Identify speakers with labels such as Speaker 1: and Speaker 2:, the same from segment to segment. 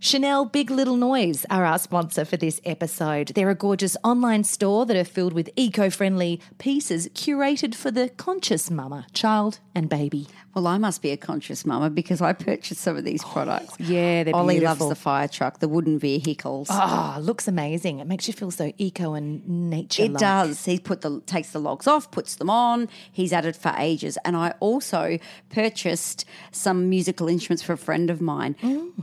Speaker 1: Chanel Big Little Noise are our sponsor for this episode. They're a gorgeous online store that are filled with eco friendly pieces curated for the conscious mama, child, and baby.
Speaker 2: Well, I must be a conscious mama because I purchased some of these products.
Speaker 1: yeah, they're
Speaker 2: Ollie
Speaker 1: beautiful.
Speaker 2: loves the fire truck, the wooden vehicles.
Speaker 1: Ah, looks amazing. It makes you feel so eco and nature.
Speaker 2: it does. He put the takes the logs off, puts them on. He's at it for ages. And I also purchased some musical instruments for a friend of mine.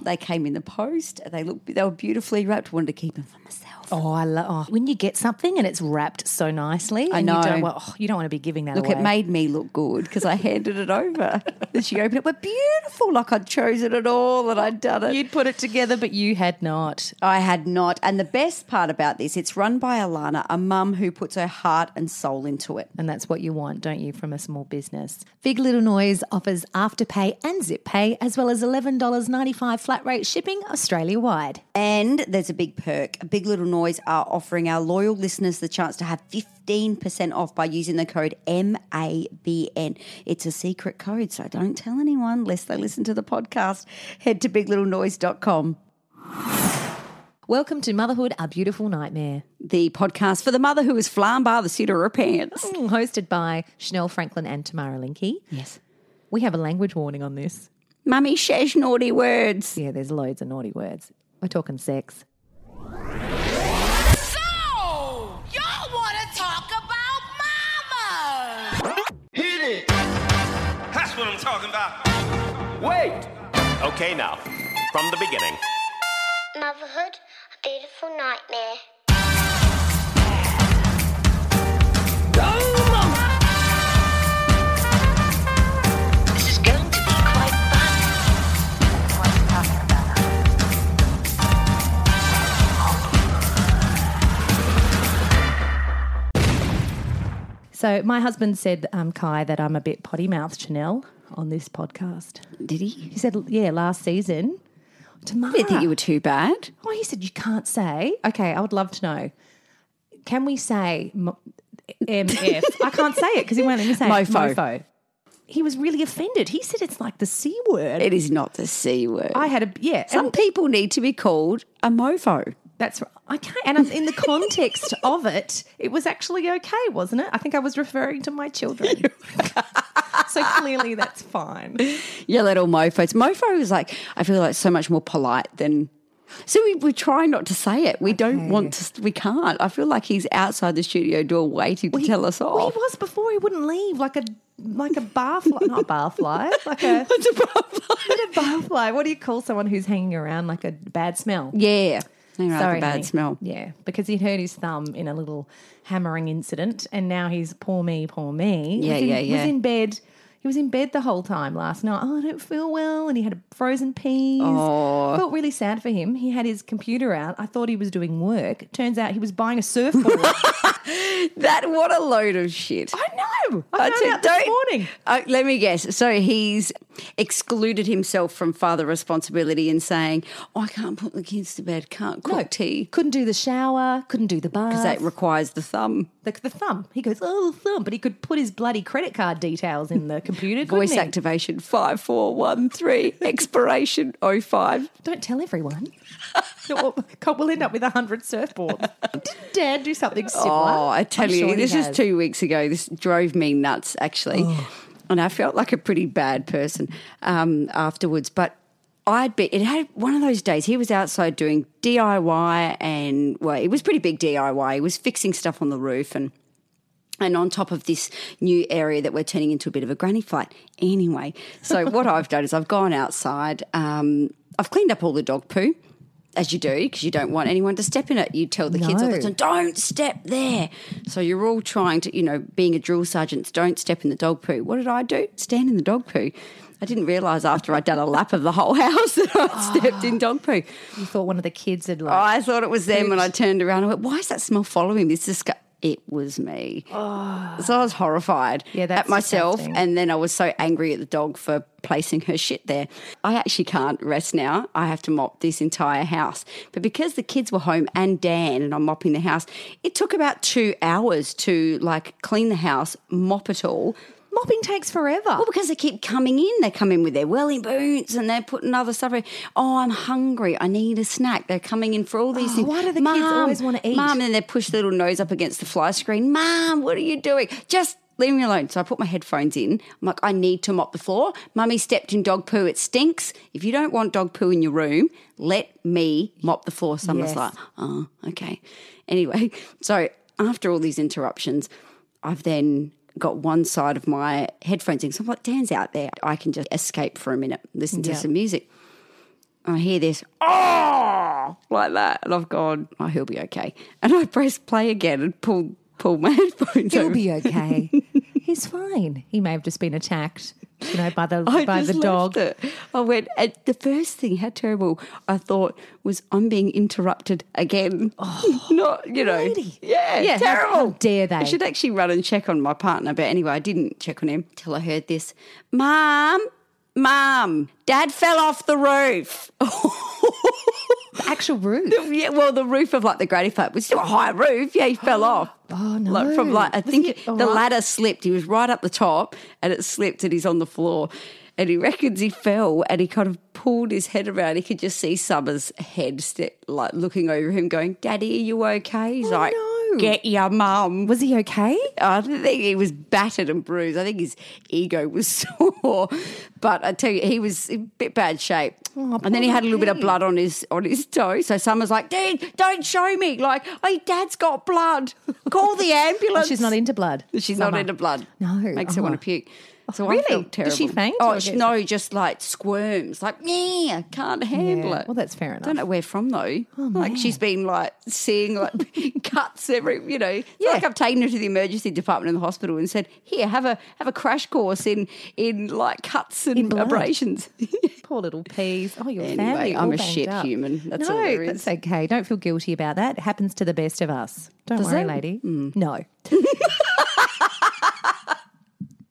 Speaker 2: They came in the post. They looked they were beautifully wrapped. Wanted to keep them for myself.
Speaker 1: Oh, I love oh, when you get something and it's wrapped so nicely.
Speaker 2: I
Speaker 1: and You don't,
Speaker 2: know.
Speaker 1: want, oh, you don't want to be giving that
Speaker 2: Look,
Speaker 1: away.
Speaker 2: it made me look good because I handed it over. and she opened it. We're beautiful, like I'd chosen it all and I'd done it.
Speaker 1: You'd put it together, but you had not.
Speaker 2: I had not. And the best part about this, it's run by Alana, a mum who puts her heart and soul into it.
Speaker 1: And that's what you want, don't you, from a small business? Big Little Noise offers afterpay and zip pay, as well as $11.95 flat rate shipping Australia wide.
Speaker 2: And there's a big perk. Big Little Noise are offering our loyal listeners the chance to have 15% off by using the code MABN. It's a secret code, so don't tell anyone lest they listen to the podcast. Head to biglittlenoise.com.
Speaker 1: Welcome to Motherhood, Our Beautiful Nightmare,
Speaker 2: The podcast for the mother who is flan by the seat of her pants.
Speaker 1: Mm, hosted by Chanel Franklin and Tamara Linke.
Speaker 2: Yes.
Speaker 1: We have a language warning on this.
Speaker 2: Mummy says naughty words.
Speaker 1: Yeah, there's loads of naughty words. We're talking sex.
Speaker 3: So, y'all want to talk about mama?
Speaker 4: That's what I'm talking about. Wait. Okay, now, from the beginning.
Speaker 5: Motherhood, a beautiful nightmare.
Speaker 3: This is going to be quite fun. What's talking about?
Speaker 1: So, my husband said, um, Kai, that I'm a bit potty mouthed, Chanel, on this podcast.
Speaker 2: Did he?
Speaker 1: He said, yeah, last season. Tamara.
Speaker 2: I didn't think you were too bad.
Speaker 1: Oh, he said you can't say. Okay, I would love to know. Can we say m- MF? I can't say it because he won't let me say it.
Speaker 2: Mofo.
Speaker 1: Mofo. He was really offended. He said it's like the c word.
Speaker 2: It is not the C word.
Speaker 1: I had a yeah.
Speaker 2: Some
Speaker 1: and
Speaker 2: people need to be called a mofo.
Speaker 1: that's right. I can't. And I'm- in the context of it, it was actually okay, wasn't it? I think I was referring to my children. so clearly that's fine.
Speaker 2: Your little mofos. Mofo is like I feel like so much more polite than. So we, we try not to say it. We don't want to. We can't. I feel like he's outside the studio door waiting to tell us
Speaker 1: Well,
Speaker 2: off.
Speaker 1: he was before he wouldn't leave, like a like a barfly, not barfly, like a Not a barfly. What do you call someone who's hanging around like a bad smell?
Speaker 2: yeah, They have
Speaker 1: Sorry,
Speaker 2: a bad
Speaker 1: honey.
Speaker 2: smell.
Speaker 1: Yeah, because he hurt his thumb in a little hammering incident, and now he's poor me, poor me.
Speaker 2: Yeah,
Speaker 1: was in,
Speaker 2: yeah, yeah.
Speaker 1: Was in bed. He was in bed the whole time last night. Oh, I don't feel well, and he had frozen peas. Oh. Felt really sad for him. He had his computer out. I thought he was doing work. Turns out he was buying a surfboard.
Speaker 2: That what a load of shit.
Speaker 1: I know. know. I found
Speaker 2: said,
Speaker 1: out this morning.
Speaker 2: Uh, let me guess. So he's excluded himself from father responsibility and saying, oh, "I can't put the kids to bed. Can't cook tea
Speaker 1: Couldn't do the shower. Couldn't do the bath.
Speaker 2: because that requires the thumb."
Speaker 1: the, the thumb. He goes, oh, the thumb. But he could put his bloody credit card details in the computer. couldn't
Speaker 2: Voice
Speaker 1: he?
Speaker 2: activation five four one three expiration oh, 05.
Speaker 1: Don't tell everyone. we'll, we'll end up with a hundred surfboards. Did Dad do something similar?
Speaker 2: Oh, I
Speaker 1: I'm
Speaker 2: tell
Speaker 1: sure
Speaker 2: you,
Speaker 1: he
Speaker 2: this is
Speaker 1: has.
Speaker 2: two weeks ago. This drove me nuts, actually. And I felt like a pretty bad person um, afterwards. But I'd be, it had one of those days. He was outside doing DIY and, well, it was pretty big DIY. He was fixing stuff on the roof and. And on top of this new area that we're turning into a bit of a granny flat. Anyway, so what I've done is I've gone outside. Um, I've cleaned up all the dog poo, as you do, because you don't want anyone to step in it. You tell the kids all the
Speaker 1: No.
Speaker 2: time, don't step there. So you're all trying to, you know, being a drill sergeant, don't step in the dog poo. What did I do? Stand in the dog poo. I didn't realise after I'd done a lap of the whole house that I'd stepped in dog poo.
Speaker 1: You thought one of the kids had like.
Speaker 2: I thought it was them when I turned around. I went, why is that smell following me? It's disgu- it was me. So I was horrified
Speaker 1: Oh. Yeah, that's
Speaker 2: at myself.
Speaker 1: disgusting.
Speaker 2: And then I was so angry at the dog for placing her shit there. I actually can't rest now. I have to mop this entire house. But because the kids were home and Dan and I'm mopping the house, it took about two hours to like clean the house, mop it all.
Speaker 1: Mopping takes forever.
Speaker 2: Well, because they keep coming in. They come in with their welly boots and they're putting other stuff. in. Oh, I'm hungry. I need a snack. They're coming in for all these
Speaker 1: Oh,
Speaker 2: things.
Speaker 1: why do the kids always wanna eat?
Speaker 2: Mom, and then they push their little nose up against the fly screen. Mom, what are you doing? Just leave me alone. So I put my headphones in. I'm like, I need to mop the floor. Mummy stepped in dog poo. It stinks. If you don't want dog poo in your room, let me mop the floor. Someone's
Speaker 1: Yes.
Speaker 2: like, oh, okay. Anyway, so after all these interruptions, I've then got one side of my headphones in. So I'm like, Dan's out there. I can just escape for a minute, listen to
Speaker 1: Yeah.
Speaker 2: some music. I hear this, oh, like that. And I've gone, oh, he'll be okay. And I press play again and pull, pull my headphones
Speaker 1: He'll
Speaker 2: over.
Speaker 1: be okay. He's fine. He may have just been attacked, you know, by the
Speaker 2: I
Speaker 1: by
Speaker 2: just
Speaker 1: the dog.
Speaker 2: left it. I went, and the first thing, how terrible I thought was I'm being interrupted again. Not, you know.
Speaker 1: lady.
Speaker 2: Yeah,
Speaker 1: Oh. Yeah, how-
Speaker 2: terrible.
Speaker 1: how dare they.
Speaker 2: I should actually run and check on my partner. But anyway, I didn't check on him till I heard this. Mom, mom, dad fell off the roof.
Speaker 1: The actual roof.
Speaker 2: Yeah, well, the roof of like the granny flat was still a high roof. Yeah, he fell off.
Speaker 1: Oh, no.
Speaker 2: Like, from like I
Speaker 1: Was
Speaker 2: think
Speaker 1: he
Speaker 2: it- the
Speaker 1: all right?
Speaker 2: ladder slipped. He was right up the top, and it slipped, and he's on the floor. And he reckons he fell, and he kind of pulled his head around. He could just see Summer's head, st- like looking over him, going, "Daddy, are you okay?" He's like,
Speaker 1: Oh, no.
Speaker 2: "Get your mum."
Speaker 1: Was he okay?
Speaker 2: I think he was battered and bruised. I think his ego was sore, but I tell you, he was in a bit bad shape.
Speaker 1: Oh,
Speaker 2: and then he had a little bit of blood on his on his toe. So Summer's like, "Dad, don't show me! Like, hey, Dad's got blood. Call the ambulance."
Speaker 1: Oh, She's not into blood.
Speaker 2: She's
Speaker 1: Summer.
Speaker 2: not into blood.
Speaker 1: No.
Speaker 2: makes her
Speaker 1: Oh.
Speaker 2: want to puke. So
Speaker 1: Really?
Speaker 2: I felt terrible.
Speaker 1: Does she faint
Speaker 2: Oh
Speaker 1: or
Speaker 2: she-
Speaker 1: get-
Speaker 2: no, just like squirms, like yeah, I can't handle
Speaker 1: Yeah.
Speaker 2: it.
Speaker 1: Well, that's fair enough. Oh,
Speaker 2: Don't know where from though. like she's been like seeing like cuts every, you know. It's not
Speaker 1: Yeah.
Speaker 2: Like I've taken her to the emergency department in the hospital and said, "Here, have a have a crash course in in like cuts and
Speaker 1: In blood.
Speaker 2: abrasions."
Speaker 1: Poor little peas. Oh, your
Speaker 2: Anyway,
Speaker 1: family.
Speaker 2: I'm
Speaker 1: all
Speaker 2: a
Speaker 1: banged
Speaker 2: shit
Speaker 1: up.
Speaker 2: human. That's
Speaker 1: no,
Speaker 2: all there is.
Speaker 1: that's okay. Don't feel guilty about that. It happens to the best of us. Don't
Speaker 2: Does
Speaker 1: worry,
Speaker 2: it? Hmm.
Speaker 1: lady. No.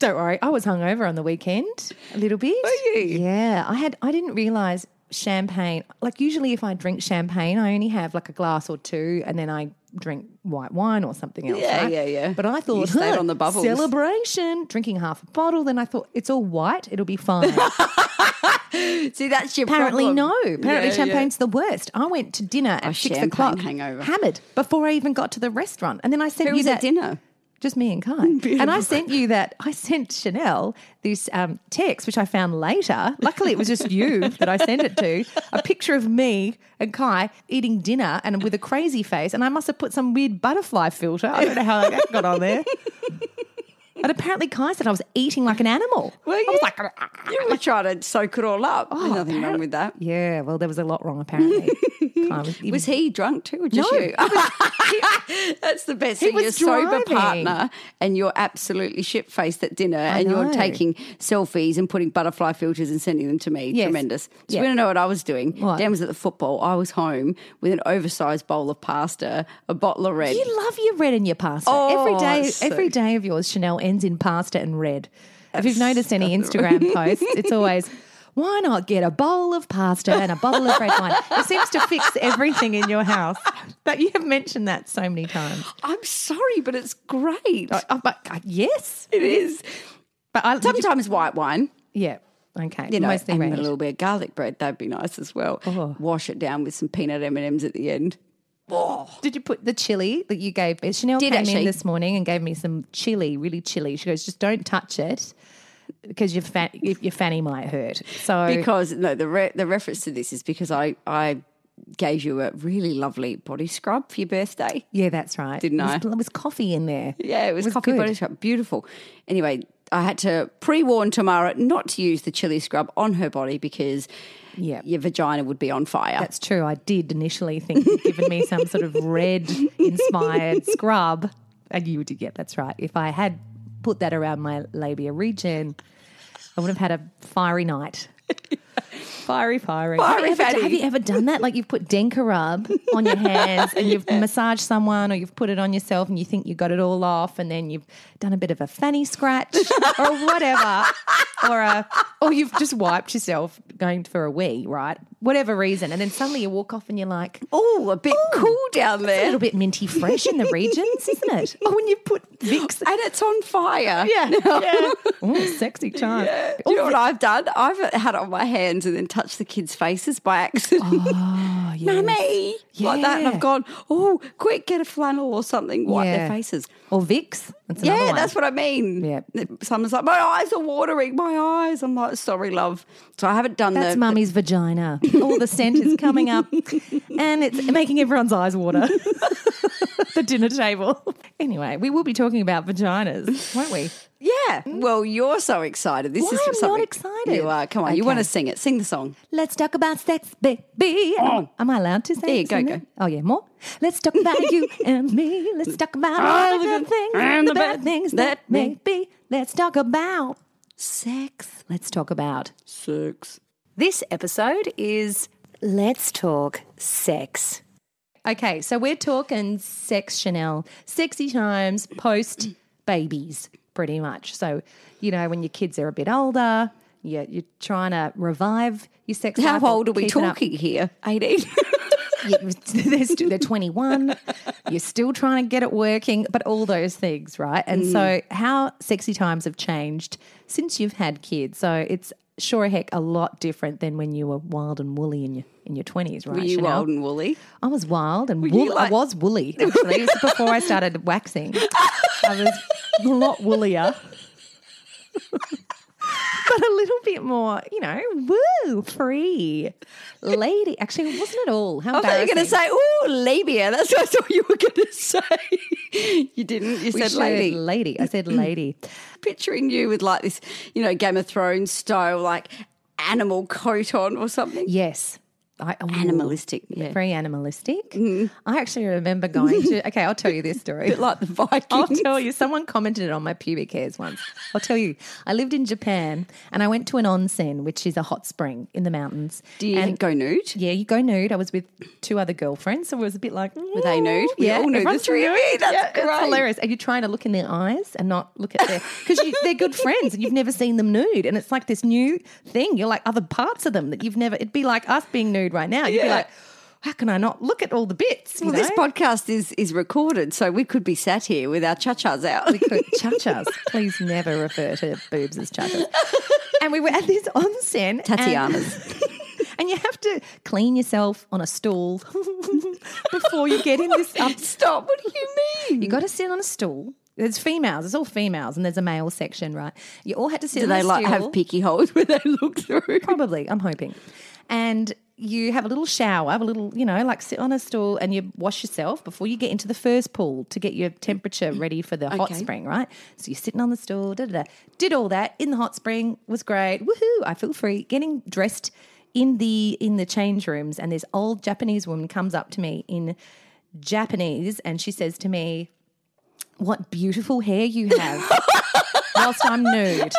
Speaker 1: Don't worry. I was hungover on the weekend a little bit.
Speaker 2: Were you?
Speaker 1: Yeah. I had. I didn't realize champagne. Like usually, if I drink champagne, I only have like a glass or two, and then I drink white wine or something else.
Speaker 2: Yeah,
Speaker 1: right?
Speaker 2: yeah, yeah.
Speaker 1: But I
Speaker 2: You
Speaker 1: thought
Speaker 2: stayed
Speaker 1: huh,
Speaker 2: on the bubbles.
Speaker 1: celebration, drinking half a bottle. Then I thought it's all white. It'll be fine.
Speaker 2: See, that's your
Speaker 1: Apparently
Speaker 2: problem.
Speaker 1: no. Apparently
Speaker 2: Yeah,
Speaker 1: champagne's the worst. I went to dinner at
Speaker 2: Oh,
Speaker 1: six
Speaker 2: champagne
Speaker 1: o'clock,
Speaker 2: hangover.
Speaker 1: hammered before I even got to the restaurant, and then I
Speaker 2: Yeah.
Speaker 1: sent
Speaker 2: Who
Speaker 1: you
Speaker 2: was
Speaker 1: that
Speaker 2: at dinner?
Speaker 1: just me and Kai, and I sent you that. I sent Chanel this um, text, which I found later. Luckily, it was just you that I sent it to. A picture of me and Kai eating dinner, and with a crazy face, and I must have put some weird butterfly filter. I don't know how that got on there. And apparently, Kai said I was eating like an animal.
Speaker 2: Well, you, I was like, you were trying to soak it all up.
Speaker 1: Oh,
Speaker 2: There's nothing wrong with that.
Speaker 1: Yeah, well, there was a lot wrong apparently. Kai was,
Speaker 2: Was he drunk too, or just
Speaker 1: No,
Speaker 2: you? That's the best
Speaker 1: he
Speaker 2: thing.
Speaker 1: was
Speaker 2: Your sober
Speaker 1: driving.
Speaker 2: partner, and you're absolutely shit faced at dinner, and
Speaker 1: know.
Speaker 2: you're taking selfies and putting butterfly filters and sending them to me.
Speaker 1: Yes.
Speaker 2: Tremendous. So
Speaker 1: Yeah.
Speaker 2: you want to know what I was doing?
Speaker 1: What?
Speaker 2: Dan was at the football. I was home with an oversized bowl of pasta, a bottle of red.
Speaker 1: You love your red and your pasta.
Speaker 2: Oh,
Speaker 1: every day,
Speaker 2: it's so-
Speaker 1: every day of yours, Chanel ends in pasta and red. If you've noticed any Instagram posts, it's always, why not get a bowl of pasta and a bottle of red wine? It seems to fix everything in your house. But you have mentioned that so many times.
Speaker 2: I'm sorry, but it's great.
Speaker 1: Oh, oh, but, uh, yes.
Speaker 2: It is.
Speaker 1: But I, did you-
Speaker 2: Sometimes white wine,
Speaker 1: yeah. Okay.
Speaker 2: you know,
Speaker 1: Mostly
Speaker 2: and
Speaker 1: red.
Speaker 2: a little bit of garlic bread. That'd be nice as well. Wash it down with some peanut M and M's at the end. Oh.
Speaker 1: Did you put the chili that you gave me? Chanel
Speaker 2: Did
Speaker 1: came in
Speaker 2: actually.
Speaker 1: this morning and gave me some chili, really chili. She goes, just don't touch it because your fa- if your fanny might hurt. So
Speaker 2: Because no, the re- the reference to this is because I I gave you a really lovely body scrub for your birthday.
Speaker 1: yeah, that's right.
Speaker 2: Didn't
Speaker 1: It was-
Speaker 2: I?
Speaker 1: There was coffee in there.
Speaker 2: Yeah, it was, coffee
Speaker 1: good.
Speaker 2: body scrub. Beautiful. Anyway, I had to pre warn Tamara not to use the chili scrub on her body because
Speaker 1: Yeah.
Speaker 2: your vagina would be on fire.
Speaker 1: That's true. I did initially think you'd given me some sort of red inspired scrub, and you did. Yeah, that's right. If I had put that around my labia region, I would have had a fiery night. Fiery, fiery.
Speaker 2: Fiery
Speaker 1: have, you ever,
Speaker 2: fatty.
Speaker 1: have you ever done that? Like you've put Denka rub on your hands and you've massaged someone or you've put it on yourself and you think you got it all off and then you've done a bit of a fanny scratch or whatever. Or a, or you've just wiped yourself going for a wee, right? Whatever reason. And then suddenly you walk off and you're like,
Speaker 2: oh, a bit cool down
Speaker 1: a
Speaker 2: there.
Speaker 1: little bit minty fresh in the regions, isn't it? Oh, when you put Vicks.
Speaker 2: and it's on fire.
Speaker 1: Yeah.
Speaker 2: Now-
Speaker 1: yeah. Ooh, sexy time.
Speaker 2: Do you know what I've done? I've had it on my hands and then touched the kids' faces by accident.
Speaker 1: Oh, yes.
Speaker 2: Mummy! Like that. And
Speaker 1: Yeah.
Speaker 2: I've gone, oh, quick, get a flannel or something, wipe
Speaker 1: Yeah.
Speaker 2: their faces.
Speaker 1: Or Vicks. That's another
Speaker 2: Yeah,
Speaker 1: one.
Speaker 2: that's what I mean.
Speaker 1: Yeah.
Speaker 2: Someone's like, my eyes are watering, my eyes. I'm like, sorry, love. So I haven't done
Speaker 1: That's
Speaker 2: the.
Speaker 1: mummy's vagina. All the scent is coming up and it's making everyone's eyes water. the dinner table. Anyway, we will be talking about vaginas, won't we?
Speaker 2: Yeah. Well, you're so excited. This
Speaker 1: Why
Speaker 2: is
Speaker 1: am I not
Speaker 2: something.
Speaker 1: excited?
Speaker 2: You are. Come on. You
Speaker 1: Okay.
Speaker 2: want to sing it. Sing the song.
Speaker 1: Let's talk about sex, baby.
Speaker 2: Oh.
Speaker 1: Am I allowed to say
Speaker 2: There you
Speaker 1: it,
Speaker 2: go,
Speaker 1: Sandra?
Speaker 2: go.
Speaker 1: Oh, yeah, more. Let's talk about you and me. Let's talk about all the good things Oh, and the bad things that may be. Let's talk about sex. Let's talk about
Speaker 2: Six.
Speaker 6: This episode is Let's Talk Sex.
Speaker 1: Okay, so we're talking sex Chanel, sexy times post babies, pretty much. So, you know, when your kids are a bit older, you're, you're trying to revive your sex
Speaker 2: How
Speaker 1: life or
Speaker 2: old are we
Speaker 1: keep it up.
Speaker 2: talking here? 18.
Speaker 1: You- they're, st- they're 21, you're still trying to get it working, but all those things, right? And
Speaker 2: Mm.
Speaker 1: so, how sexy times have changed since you've had kids. So, it's sure heck a lot different than when you were wild and woolly in your, in your 20s, right?
Speaker 2: Were you
Speaker 1: Chanel?
Speaker 2: old and woolly?
Speaker 1: I was wild and
Speaker 2: Were you
Speaker 1: wool- I
Speaker 2: like-
Speaker 1: was woolly actually. It was before I started waxing. I was a lot woollier. but a little bit more, you know, woo, free. Lady. Actually, it wasn't at all. How
Speaker 2: I thought you were going to
Speaker 1: embarrassing.
Speaker 2: say, ooh, labia. That's what I thought you were going to say. You didn't.
Speaker 1: We
Speaker 2: You said
Speaker 1: should-
Speaker 2: lady. Mm-hmm.
Speaker 1: lady. I said lady.
Speaker 2: Picturing you with like this, you know, Game of Thrones style, like animal coat on or something.
Speaker 1: Yes. I, oh,
Speaker 2: Animalistic. Yeah.
Speaker 1: Very animalistic. I actually remember going to, okay, I'll tell you this story.
Speaker 2: Bit like the Vikings.
Speaker 1: I'll tell you. Someone commented on my pubic hairs once. I'll tell you. I lived in Japan and I went to an onsen, which is a hot spring in the mountains.
Speaker 2: Do you
Speaker 1: and
Speaker 2: go nude?
Speaker 1: Yeah, you go nude. I was with two other girlfriends, so it was a bit like, were
Speaker 2: they nude? We all knew the three of you. That's
Speaker 1: yeah, It's
Speaker 2: great.
Speaker 1: hilarious. Are you trying to look in their eyes and not look at their because they're good friends and you've never seen them nude, and it's like this new thing. You're like other parts of them that you've never. It'd be like us being nude right now. You'd be
Speaker 2: Yeah.
Speaker 1: like, how can I not look at all the bits? you
Speaker 2: Well, this
Speaker 1: know?
Speaker 2: podcast is is recorded, so we could be sat here with our cha-chas out.
Speaker 1: chachas. Please never refer to boobs as chachas. And we were at this onsen. and-
Speaker 2: Tatiana's.
Speaker 1: And you have to clean yourself on a stool before you get in this. Um,
Speaker 2: Stop. What do you mean?
Speaker 1: you got to sit on a stool. There's females. It's all females, and there's a male section, right? You all had to sit.
Speaker 2: Do
Speaker 1: on
Speaker 2: they
Speaker 1: a
Speaker 2: like
Speaker 1: stool.
Speaker 2: have picky holes where they look through?
Speaker 1: Probably, I'm hoping. And you have a little shower, a little, you know, like sit on a stool and you wash yourself before you get into the first pool to get your temperature ready for the hot
Speaker 2: Okay.
Speaker 1: spring, right? So you're sitting on the stool, da da da. Did all that in the hot spring, was great. Woohoo, I feel free. Getting dressed in the in the change rooms and this old Japanese woman comes up to me in Japanese and she says to me, What beautiful hair you have whilst I'm nude.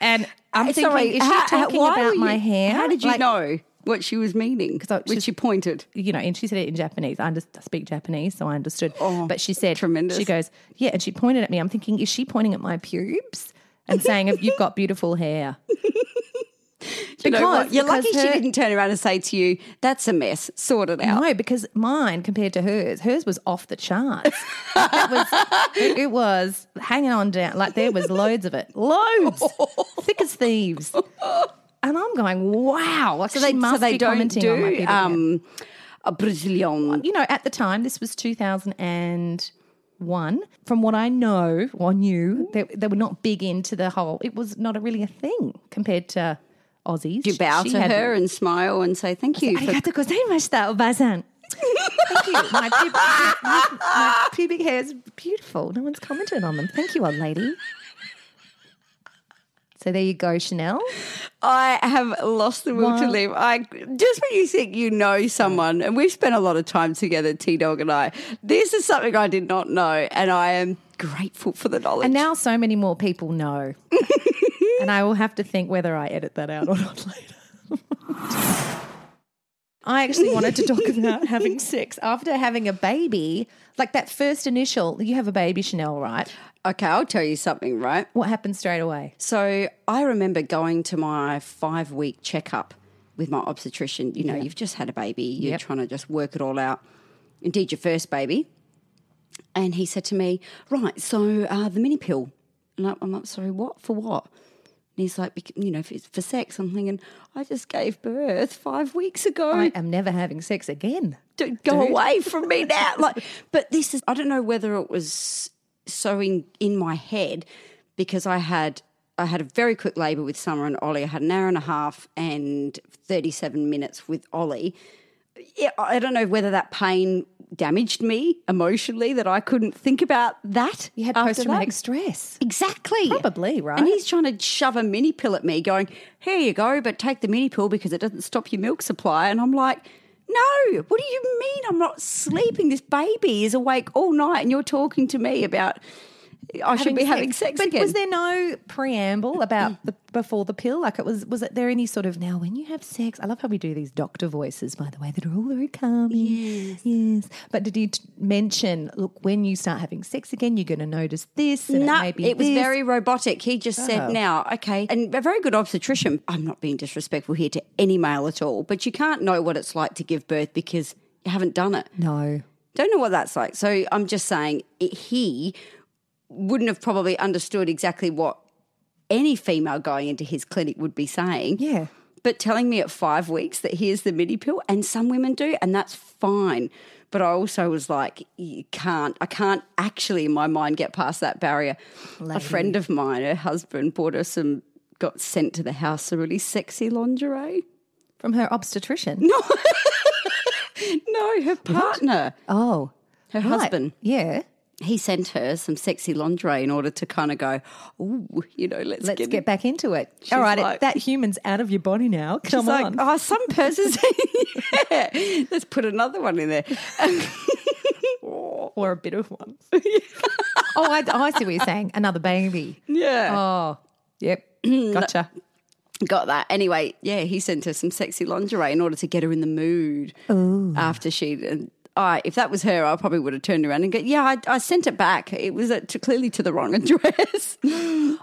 Speaker 1: And I'm thinking,
Speaker 2: Sorry,
Speaker 1: is she
Speaker 2: how- how-
Speaker 1: talking
Speaker 2: why
Speaker 1: about
Speaker 2: were
Speaker 1: my
Speaker 2: you-
Speaker 1: hair?
Speaker 2: How did you
Speaker 1: Like,
Speaker 2: know? what she was meaning, which she pointed.
Speaker 1: you know, and she said it in Japanese. I, under, I speak Japanese, so I understood.
Speaker 2: Oh,
Speaker 1: but she said, tremendous. She goes, yeah, and she pointed at me. I'm thinking, is she pointing at my pubes and saying, you've got beautiful hair?
Speaker 2: You know what? you're
Speaker 1: because
Speaker 2: lucky she
Speaker 1: her-
Speaker 2: didn't turn around and say to you, "That's a mess. Sort it out."
Speaker 1: No, because mine compared to hers, hers was off the charts. it, was, it, it was hanging on down. Like there was loads of it, loads, thick as thieves. And I'm going, wow. Like,
Speaker 2: So
Speaker 1: she
Speaker 2: they, so
Speaker 1: must
Speaker 2: they
Speaker 1: be
Speaker 2: don't
Speaker 1: commenting on my
Speaker 2: do
Speaker 1: pubic hair.
Speaker 2: um, a Brazilian.
Speaker 1: you know, at the time, this was 2001. From what I know or knew, they, they were not big into the whole, it was not a, really a thing compared to Aussies.
Speaker 2: You bow to her and smile and say thank you. for-
Speaker 1: Arigato gozaimashita, obasan. Thank you. My, pub- my, my pubic hair is beautiful. No one's commented on them. Thank you, old lady. So there you go, Chanel.
Speaker 2: I have lost the will to
Speaker 1: Wow.
Speaker 2: live. I just when you think you know someone, and we've spent a lot of time together, T Dog and I. This is something I did not know, and I am grateful for the knowledge.
Speaker 1: And now so many more people know. and I will have to think whether I edit that out or not later. I actually wanted to talk about having sex after having a baby. Like that first initial, you have a baby, Chanel, right?
Speaker 2: okay, I'll tell you something, right?
Speaker 1: What happens straight away?
Speaker 2: So I remember going to my five week checkup with my obstetrician. You know, you've just had a baby, you're
Speaker 1: Yep.
Speaker 2: trying to just work it all out. Indeed, your first baby. And he said to me, Right, so uh, the mini pill. And I- I'm like, Sorry, what? For what? And he's like, "Bec- You know, for, for sex. I'm thinking, I just gave birth five weeks ago
Speaker 1: I am never having sex again.
Speaker 2: Um, don't go
Speaker 1: Dude.
Speaker 2: away from me now. Like, but this is, I don't know whether it was so in, in my head because I had, I had a very quick labour with Summer and Ollie. I had an hour and a half and 37 minutes with Ollie. Yeah, I don't know whether that pain damaged me emotionally that I couldn't think about that.
Speaker 1: You had
Speaker 2: after
Speaker 1: post traumatic
Speaker 2: that.
Speaker 1: stress.
Speaker 2: Exactly.
Speaker 1: Probably, right?
Speaker 2: And he's trying to shove a mini pill at me, going, Here you go, but take the mini pill because it doesn't stop your milk supply. And I'm like, No, what do you mean? I'm not sleeping. This baby is awake all night and you're talking to me about I should be having sex
Speaker 1: but
Speaker 2: again.
Speaker 1: was there no preamble about the before the pill? Like it was was it there any sort of now when you have sex? I love how we do these doctor voices, by the way, that are all very calming. Yes. Yes. But did he t- mention, look, when you start having sex again, you're gonna notice this and
Speaker 2: no,
Speaker 1: it may
Speaker 2: it,
Speaker 1: be
Speaker 2: was
Speaker 1: this.
Speaker 2: very robotic. He just said,
Speaker 1: Oh.
Speaker 2: now, okay. And a very good obstetrician. I'm not being disrespectful here to any male at all, but you can't know what it's like to give birth because you haven't done it.
Speaker 1: No.
Speaker 2: Don't know what that's like. So I'm just saying it, he wouldn't have probably understood exactly what any female going into his clinic would be saying.
Speaker 1: Yeah.
Speaker 2: But telling me at five weeks that here's the mini pill, and some women do, and that's fine. But I also was like, you can't, I can't actually in my mind get past that barrier. A friend of mine, her husband bought her some, got sent to the house some really sexy lingerie.
Speaker 1: From her obstetrician.
Speaker 2: No, her partner,
Speaker 1: Oh.
Speaker 2: her
Speaker 1: right.
Speaker 2: husband.
Speaker 1: Yeah.
Speaker 2: he sent her some sexy lingerie in order to kind of go, ooh, you know, let's,
Speaker 1: Let's get back into it.
Speaker 2: She's
Speaker 1: All right, it-
Speaker 2: like-
Speaker 1: that human's out of your body now.
Speaker 2: She's
Speaker 1: Come
Speaker 2: like,
Speaker 1: on.
Speaker 2: oh, some persons, yeah, let's put another one in there.
Speaker 1: or a bit of one. oh, I, oh, I see what you're saying. Another baby.
Speaker 2: yeah.
Speaker 1: Oh, yep. Gotcha.
Speaker 2: Got that. Anyway, yeah, he sent her some sexy lingerie in order to get her in the mood after she. And I, if that was her, I probably would have turned around and go, yeah, I, I sent it back. It was uh to, clearly to the wrong address.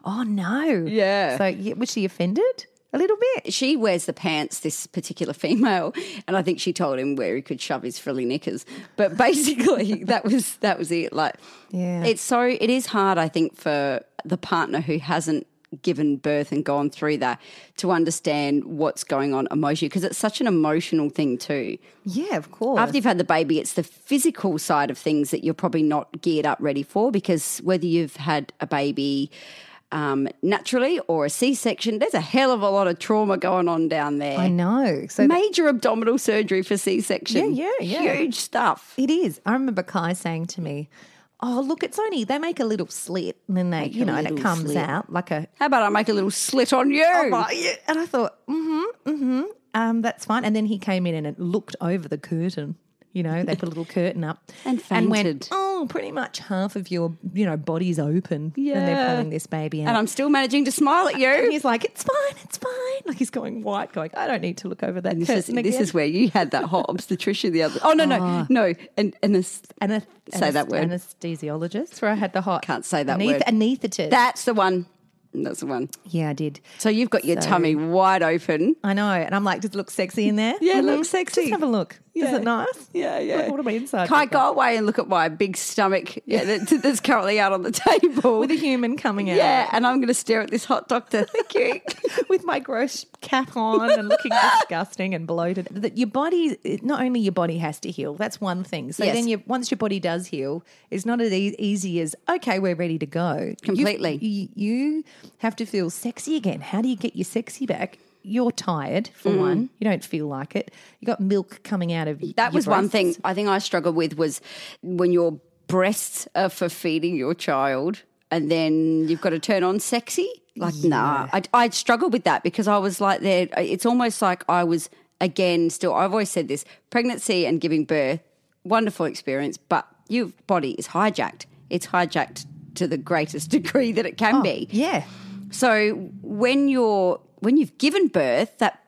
Speaker 1: Oh no.
Speaker 2: Yeah.
Speaker 1: So yeah, was she offended? A little bit.
Speaker 2: she wears the pants, this particular female, and I think she told him where he could shove his frilly knickers. But basically, that was that was it. Like,
Speaker 1: Yeah.
Speaker 2: it's so it is hard, I think, for the partner who hasn't given birth and gone through that to understand what's going on emotionally because it's such an emotional thing too.
Speaker 1: Yeah, of course.
Speaker 2: After you've had the baby, it's the physical side of things that you're probably not geared up ready for because whether you've had a baby um, naturally or a C section, there's a hell of a lot of trauma going on down there.
Speaker 1: I know. So th-
Speaker 2: Major abdominal surgery for C section.
Speaker 1: Yeah, yeah, yeah.
Speaker 2: Huge stuff.
Speaker 1: it is. I remember Kai saying to me, "Oh, look, it's only they make a little slit and then they, you
Speaker 2: a
Speaker 1: know, and it
Speaker 2: little
Speaker 1: comes
Speaker 2: slit.
Speaker 1: out like a."
Speaker 2: How about I make a little slit on you?
Speaker 1: Oh, And I thought, mm-hmm, mm-hmm, um, that's fine. And then he came in and it looked over the curtain. You know, they put a little curtain up
Speaker 2: And
Speaker 1: went,
Speaker 2: fainted.
Speaker 1: oh, pretty much half of your, you know, body's open. And they're
Speaker 2: Yeah.
Speaker 1: pulling this baby out.
Speaker 2: And I'm still managing to smile at you.
Speaker 1: And he's like, it's fine, it's fine. Like he's going white, going, I don't need to look over that
Speaker 2: This is,
Speaker 1: curtain
Speaker 2: this
Speaker 1: again.
Speaker 2: is where you had that whole obstetrician the other. Oh no no
Speaker 1: Oh.
Speaker 2: no! And and this
Speaker 1: Anath-
Speaker 2: say that word.
Speaker 1: Anesthesiologist, where I had the hot.
Speaker 2: can't say that
Speaker 1: Anath-
Speaker 2: word.
Speaker 1: Anesthetist.
Speaker 2: That's the one. That's the one.
Speaker 1: yeah, I did.
Speaker 2: So you've got your
Speaker 1: So-
Speaker 2: tummy wide open.
Speaker 1: I know. And I'm like, does it look sexy in there?
Speaker 2: Yeah, it
Speaker 1: Mhm.
Speaker 2: looks sexy.
Speaker 1: Just have a look. Is
Speaker 2: Yeah.
Speaker 1: it nice?
Speaker 2: Yeah, yeah.
Speaker 1: Look, what am I inside?
Speaker 2: Can I go away and look at my big stomach yeah, that, that's currently out on the table?
Speaker 1: With a human coming out.
Speaker 2: yeah, and I'm going to stare at this hot doctor. Thank you.
Speaker 1: with my gross cap on and looking disgusting and bloated. That your body, not only your body has to heal. That's one thing. So
Speaker 2: Yes.
Speaker 1: then, you, once your body does heal, it's not as e- easy as okay, we're ready to go.
Speaker 2: Completely.
Speaker 1: you, you have to feel sexy again. How do you get your sexy back? You're tired for
Speaker 2: Mm.
Speaker 1: one. You don't feel like it. You got milk coming out of y-
Speaker 2: That
Speaker 1: your
Speaker 2: was one
Speaker 1: breasts.
Speaker 2: thing I think I struggled with was when your breasts are for feeding your child and then you've got to turn on sexy. Like, nah, I, I struggled with that because I was like, there, it's almost like I was, again, still, I've always said this pregnancy and giving birth, wonderful experience, but your body is hijacked. It's hijacked to the greatest degree that it can be.
Speaker 1: Oh, Yeah.
Speaker 2: So when you're when you've given birth, that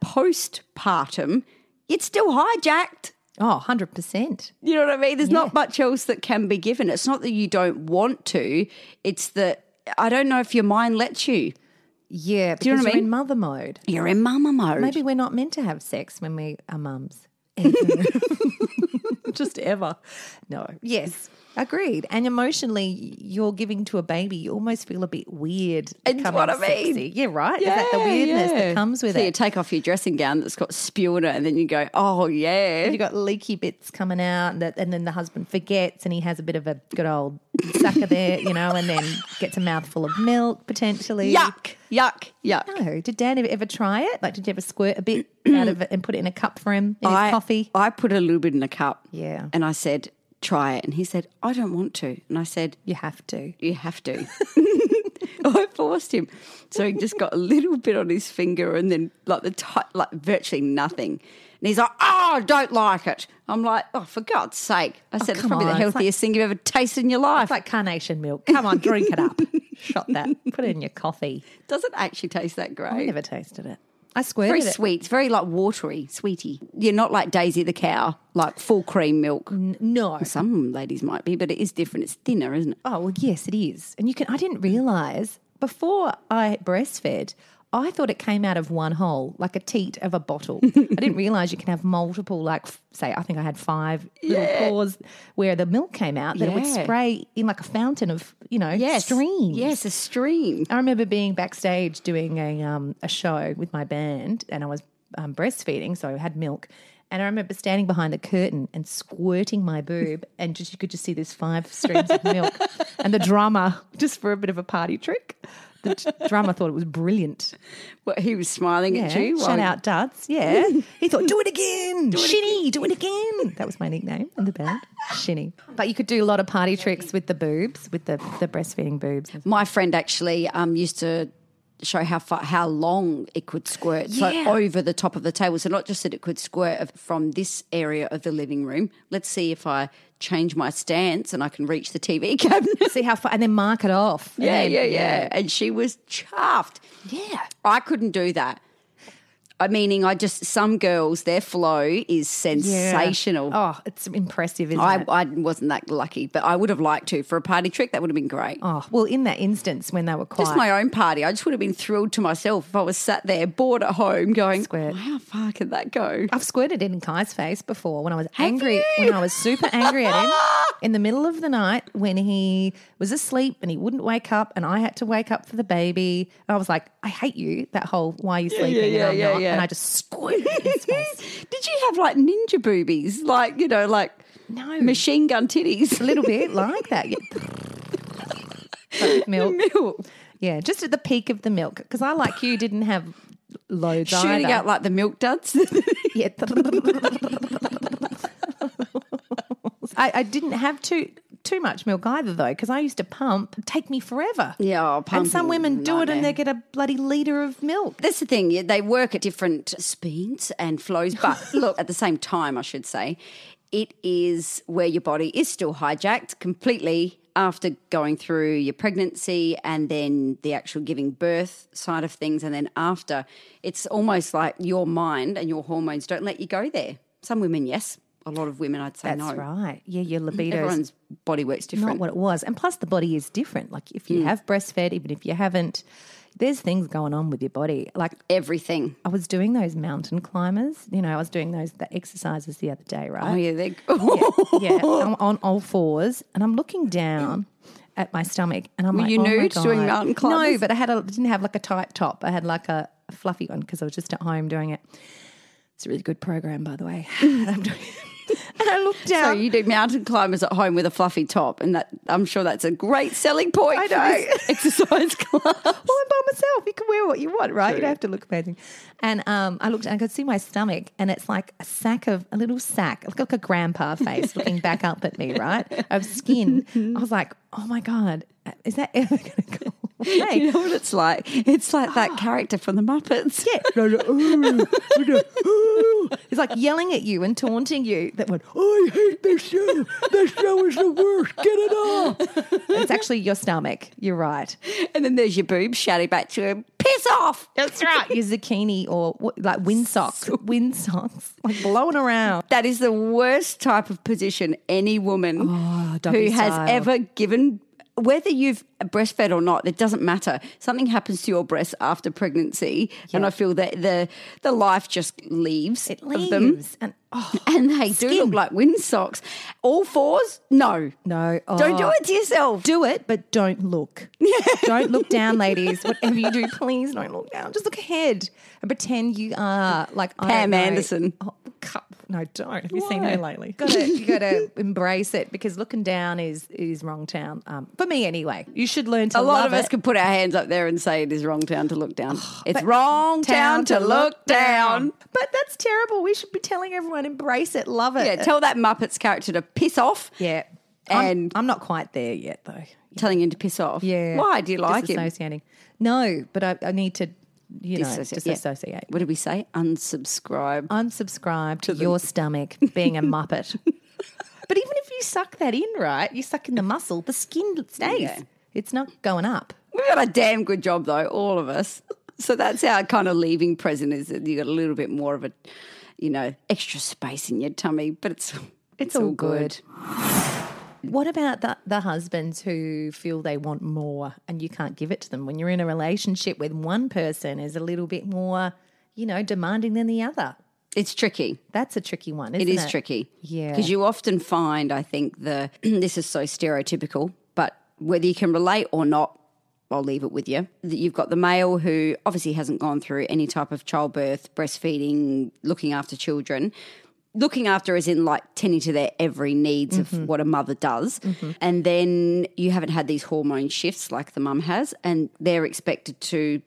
Speaker 2: postpartum, it's still hijacked.
Speaker 1: Oh, 100%.
Speaker 2: You know what I mean? There's not much else that can be given. It's not that you don't want to, it's that I don't know if your mind lets you.
Speaker 1: Yeah.
Speaker 2: Do you
Speaker 1: because
Speaker 2: know what I
Speaker 1: you're in
Speaker 2: mean?
Speaker 1: mother mode.
Speaker 2: You're in mama mode.
Speaker 1: Maybe we're not meant to have sex when we are mums. Just ever. No. Yes. Agreed. And emotionally, you're giving to a baby, you almost feel a bit weird.
Speaker 2: It's
Speaker 1: coming
Speaker 2: what I mean.
Speaker 1: sexy. Yeah, right? Is that the
Speaker 2: Yeah,
Speaker 1: weirdness
Speaker 2: yeah.
Speaker 1: that comes with
Speaker 2: so you
Speaker 1: it?
Speaker 2: take off your dressing gown that's got spew in it, and then you go, oh, yeah.
Speaker 1: You've got leaky bits coming out, and, that, and then the husband forgets and he has a bit of a good old sucker there, you know, and then gets a mouthful of milk potentially.
Speaker 2: yuck, yuck, yuck.
Speaker 1: No. Did Dan ever, ever try it? Like, did you ever squirt a bit out of it and put it in a cup for him in his
Speaker 2: I,
Speaker 1: coffee?
Speaker 2: I put a little bit in a cup.
Speaker 1: Yeah.
Speaker 2: And I said, try it. And he said, I don't want to. And I said,
Speaker 1: You have to.
Speaker 2: you have to. I forced him. So he just got a little bit on his finger and then like the ti like virtually nothing. And he's like, oh, I don't like it. I'm like, oh, for God's sake. I said, it's
Speaker 1: Oh, come
Speaker 2: probably
Speaker 1: on.
Speaker 2: the
Speaker 1: It's
Speaker 2: healthiest thing you've ever tasted in your life.
Speaker 1: It's like carnation milk. Come on, drink it up. Shot that. Put it in your coffee.
Speaker 2: it doesn't actually taste that great.
Speaker 1: I never tasted it. I squirted
Speaker 2: very
Speaker 1: it.
Speaker 2: sweet. It's very like watery, sweety. You're not like Daisy the cow, like full cream milk.
Speaker 1: No.
Speaker 2: Some ladies might be, but it is different. It's thinner, isn't it?
Speaker 1: Oh well, yes, it is. And you can. I didn't realize before I breastfed. I thought it came out of one hole, like a teat of a bottle. I didn't realize you can have multiple, like, f- say, I think I had five little pores where the milk came out that it would
Speaker 2: Yeah.
Speaker 1: spray in like a fountain of, you know, streams.
Speaker 2: Yes, a stream.
Speaker 1: I remember being backstage doing a um, a show with my band, and I was um, breastfeeding, so I had milk. And I remember standing behind the curtain and squirting my boob, and just you could just see these five streams of milk. And the drummer, just for a bit of a party trick, the t- drummer thought it was brilliant.
Speaker 2: Well, he was smiling at
Speaker 1: Yeah,
Speaker 2: you.
Speaker 1: shout
Speaker 2: while-
Speaker 1: out Duds. Yeah, he thought, "Do it again, Shinny, do it again." That was my nickname in the band, Shinny. But you could do a lot of party tricks with the boobs, with the the breastfeeding boobs.
Speaker 2: My friend actually um, used to show how far, how long it could squirt.
Speaker 1: Yeah.
Speaker 2: So over the top of the table. So not just that it could squirt of- from this area of the living room. Let's see if I change my stance and I can reach the TV cabinet.
Speaker 1: See how far, and then mark it off. And
Speaker 2: yeah,
Speaker 1: then-
Speaker 2: yeah, yeah. And she was chuffed.
Speaker 1: Yeah.
Speaker 2: I couldn't do that. I meaning I just some girls their flow is sensational.
Speaker 1: Oh, it's impressive, isn't
Speaker 2: I,
Speaker 1: it?
Speaker 2: I wasn't that lucky, but I would have liked to for a party trick. That would have been great.
Speaker 1: oh, well, in that instance when they were quiet.
Speaker 2: Just my own party. I just would have been thrilled to myself if I was sat there bored at home going,
Speaker 1: Squirt.
Speaker 2: "Wow, how far can that go?
Speaker 1: I've squirted it in Kai's face before when I was
Speaker 2: Have
Speaker 1: angry,
Speaker 2: you?
Speaker 1: when I was super angry at him in the middle of the night when he was asleep and he wouldn't wake up and I had to wake up for the baby. And I was like, I hate you, that whole why are you sleeping and
Speaker 2: yeah,
Speaker 1: I'm
Speaker 2: yeah,
Speaker 1: not.
Speaker 2: yeah.
Speaker 1: And I just squirted it in his face.
Speaker 2: Did you have like ninja boobies? Like, you know, like
Speaker 1: No.
Speaker 2: machine gun titties?
Speaker 1: A little bit like that. Yeah. But milk.
Speaker 2: Milk.
Speaker 1: Yeah, just at the peak of the milk. Because I, like you, didn't have loads
Speaker 2: Shooting
Speaker 1: either.
Speaker 2: out like the milk duds.
Speaker 1: Yeah. I, I didn't have too too much milk either though, because I used to pump. Take me forever.
Speaker 2: Yeah, oh,
Speaker 1: and some
Speaker 2: pumping
Speaker 1: women do it and they
Speaker 2: nightmare.
Speaker 1: get a bloody liter of milk.
Speaker 2: That's the thing. yeah, They work at different speeds and flows. But look, at the same time, I should say, It is where your body is still hijacked completely after going through your pregnancy and then the actual giving birth side of things. And then after, it's almost like your mind and your hormones don't let you go there. Some women, yes. A lot of women, I'd say
Speaker 1: That's
Speaker 2: no. Mm,
Speaker 1: right. Yeah, your libido.
Speaker 2: Everyone's body works
Speaker 1: Not
Speaker 2: different. Mm.
Speaker 1: what it was. And plus, the body is different. Like, if you have breastfed, even if you haven't, there's things going on with your body. Like,
Speaker 2: everything.
Speaker 1: I was doing those mountain climbers. You know, I was doing those the exercises the other day, right?
Speaker 2: Oh, yeah, they're
Speaker 1: yeah, I'm on all fours and I'm looking down at my stomach and I'm
Speaker 2: Were
Speaker 1: like,
Speaker 2: you
Speaker 1: oh my
Speaker 2: nude doing
Speaker 1: God.
Speaker 2: mountain climbers?
Speaker 1: No, but I had a, didn't have like a tight top. I had like a, a fluffy one because I was just at home doing it. It's a really good program, by the way. and I'm doing and I looked down.
Speaker 2: So you do mountain climbers at home with a fluffy top, and that I'm sure that's a great selling point.
Speaker 1: I
Speaker 2: for
Speaker 1: know.
Speaker 2: this exercise class.
Speaker 1: well, I'm by myself. You can wear what you want, right? You don't have to look amazing. And um, I looked and I could see my stomach, and it's like a sack of a little sack, like, like a grandpa face looking back up at me, right? Of skin. I was like, oh my God, is that ever going to go away?
Speaker 2: You know what it's like? It's like that character from the Muppets.
Speaker 1: Yeah. No, no, ooh, no, ooh. He's like yelling at you and taunting you that went, I hate this show. This show is the worst. Get it off. it's actually your stomach. You're right.
Speaker 2: And then there's your boobs shouting back to him, piss off.
Speaker 1: That's right. Your zucchini or what, like wind socks, wind socks, like blowing around.
Speaker 2: That is the worst type of position any woman
Speaker 1: doggy
Speaker 2: who has
Speaker 1: style.
Speaker 2: ever given. Whether you've breastfed or not, it doesn't matter. Something happens to your breasts after pregnancy, and I feel that the the life just leaves
Speaker 1: It
Speaker 2: of them.
Speaker 1: leaves. And oh,
Speaker 2: and they do
Speaker 1: Skin.
Speaker 2: look like wind socks. All fours? No.
Speaker 1: no. Oh.
Speaker 2: Don't do it to yourself.
Speaker 1: Do it, but don't look. don't look down, ladies. Whatever you do, please don't look down. Just look ahead and pretend you are like I
Speaker 2: Pam
Speaker 1: don't know.
Speaker 2: Anderson.
Speaker 1: Oh, cup. No, don't. Have you seen her
Speaker 2: Why?
Speaker 1: lately? Gotta, you got to embrace it because looking down is is wrong town. Um, for me, anyway. You should learn to
Speaker 2: A lot
Speaker 1: love
Speaker 2: of us
Speaker 1: it.
Speaker 2: can put our hands up there and say it is wrong town to look down. it's wrong town, to look down.
Speaker 1: But that's terrible. We should be telling everyone embrace it, love it.
Speaker 2: Yeah, tell that Muppets character to piss off.
Speaker 1: yeah.
Speaker 2: And-
Speaker 1: I'm, I'm not quite there yet, though.
Speaker 2: Telling him to piss off.
Speaker 1: Yeah.
Speaker 2: Why do you like him?
Speaker 1: disassociating? No, but I, I need to, you know,
Speaker 2: Dissoci- yeah.
Speaker 1: disassociate.
Speaker 2: What did we say? Unsubscribe.
Speaker 1: Unsubscribe to your stomach being a muppet. but even if you suck that in, right? You suck in the muscle, the skin stays.
Speaker 2: Yeah.
Speaker 1: It's not going up.
Speaker 2: We've got a damn good job though, all of us. So that's our kind of leaving present is that you got a little bit more of a, you know, extra space in your tummy, but it's
Speaker 1: It's
Speaker 2: it's,
Speaker 1: all good. What about the, the husbands who feel they want more and you can't give it to them when you're in a relationship with one person is a little bit more, you know, demanding than the other?
Speaker 2: It's tricky.
Speaker 1: That's a tricky one,
Speaker 2: It
Speaker 1: isn't it?
Speaker 2: is tricky.
Speaker 1: Yeah.
Speaker 2: Because you often find, I think, the this is so stereotypical, but whether you can relate or not, I'll leave it with you. That you've got the male who obviously hasn't gone through any type of childbirth, breastfeeding, looking after children. Looking after is in like tending to their every needs of what a mother does. And then you haven't had these hormone shifts like the mum has, and they're expected to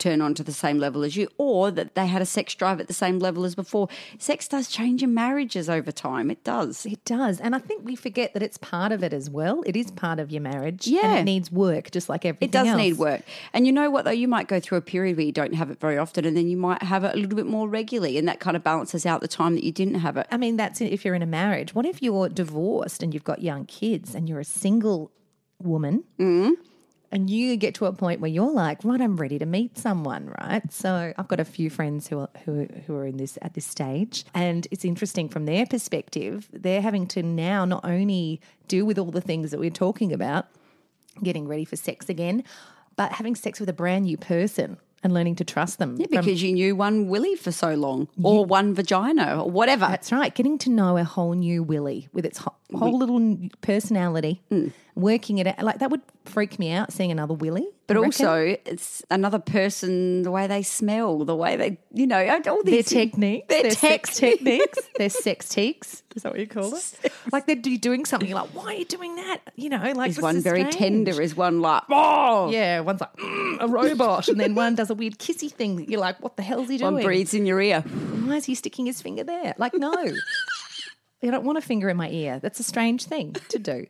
Speaker 2: turn on to the same level as you or that they had a sex drive at the same level as before. Sex does change in marriages over time. It does.
Speaker 1: It does. And I think we forget that it's part of it as well. It is part of your marriage. And
Speaker 2: Yeah.
Speaker 1: it needs work, just like everything
Speaker 2: It does
Speaker 1: else.
Speaker 2: need work. And you know what though? You might go through a period where you don't have it very often and then you might have it a little bit more regularly and that kind of balances out the time that you didn't have it.
Speaker 1: I mean, that's if you're in a marriage. What if you're divorced and you've got young kids and you're a single woman and you get to a point where you're like, right, I'm ready to meet someone, right? So I've got a few friends who are, who, who are in this at this stage. And it's interesting from their perspective, they're having to now not only deal with all the things that we're talking about, getting ready for sex again, but having sex with a brand new person and learning to trust them. from-
Speaker 2: Because you knew one willy for so long or one vagina or whatever.
Speaker 1: That's right. Getting to know a whole new Willy with its ho- whole little n- personality,
Speaker 2: Mm.
Speaker 1: working it out. Like, that would freak me out seeing another Willy.
Speaker 2: but
Speaker 1: I reckon.
Speaker 2: also, it's another person, the way they smell, the way they, you know,
Speaker 1: their
Speaker 2: all these
Speaker 1: techniques,
Speaker 2: Their,
Speaker 1: their,
Speaker 2: text
Speaker 1: sex techniques, their sex teaks. Is that what you call it? Like, they'd be doing something. You're like, why are you doing that? You know, like,
Speaker 2: Is
Speaker 1: this
Speaker 2: one
Speaker 1: is
Speaker 2: very
Speaker 1: strange.
Speaker 2: tender? Is one like, oh,
Speaker 1: Yeah, one's like mm, a robot, and then one does a weird kissy thing. That you're like, what the hell's he doing?
Speaker 2: One breathes in your ear.
Speaker 1: Why is he sticking his finger there? Like, no, I don't want a finger in my ear. That's a strange thing to do.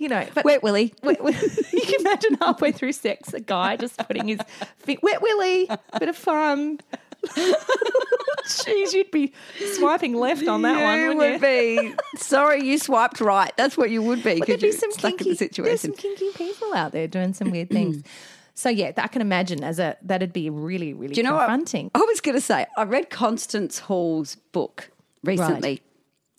Speaker 1: You know, but
Speaker 2: Wet Willy.
Speaker 1: Wet, Willy. you can imagine halfway through sex, a guy just putting his fi- wet willy, bit of fun. Jeez, you'd be swiping left on that one,
Speaker 2: You
Speaker 1: wouldn't
Speaker 2: would
Speaker 1: you?
Speaker 2: be sorry. You swiped right. That's what you would be.
Speaker 1: But
Speaker 2: 'cause
Speaker 1: there'd be
Speaker 2: you're
Speaker 1: some
Speaker 2: stuck
Speaker 1: kinky,
Speaker 2: in the
Speaker 1: There's some
Speaker 2: situation. Mm.
Speaker 1: kinky people out there doing some weird things. So yeah, I can imagine as a that'd be really, really
Speaker 2: Do you know what?
Speaker 1: confronting.
Speaker 2: I was going to say I read Constance Hall's book recently.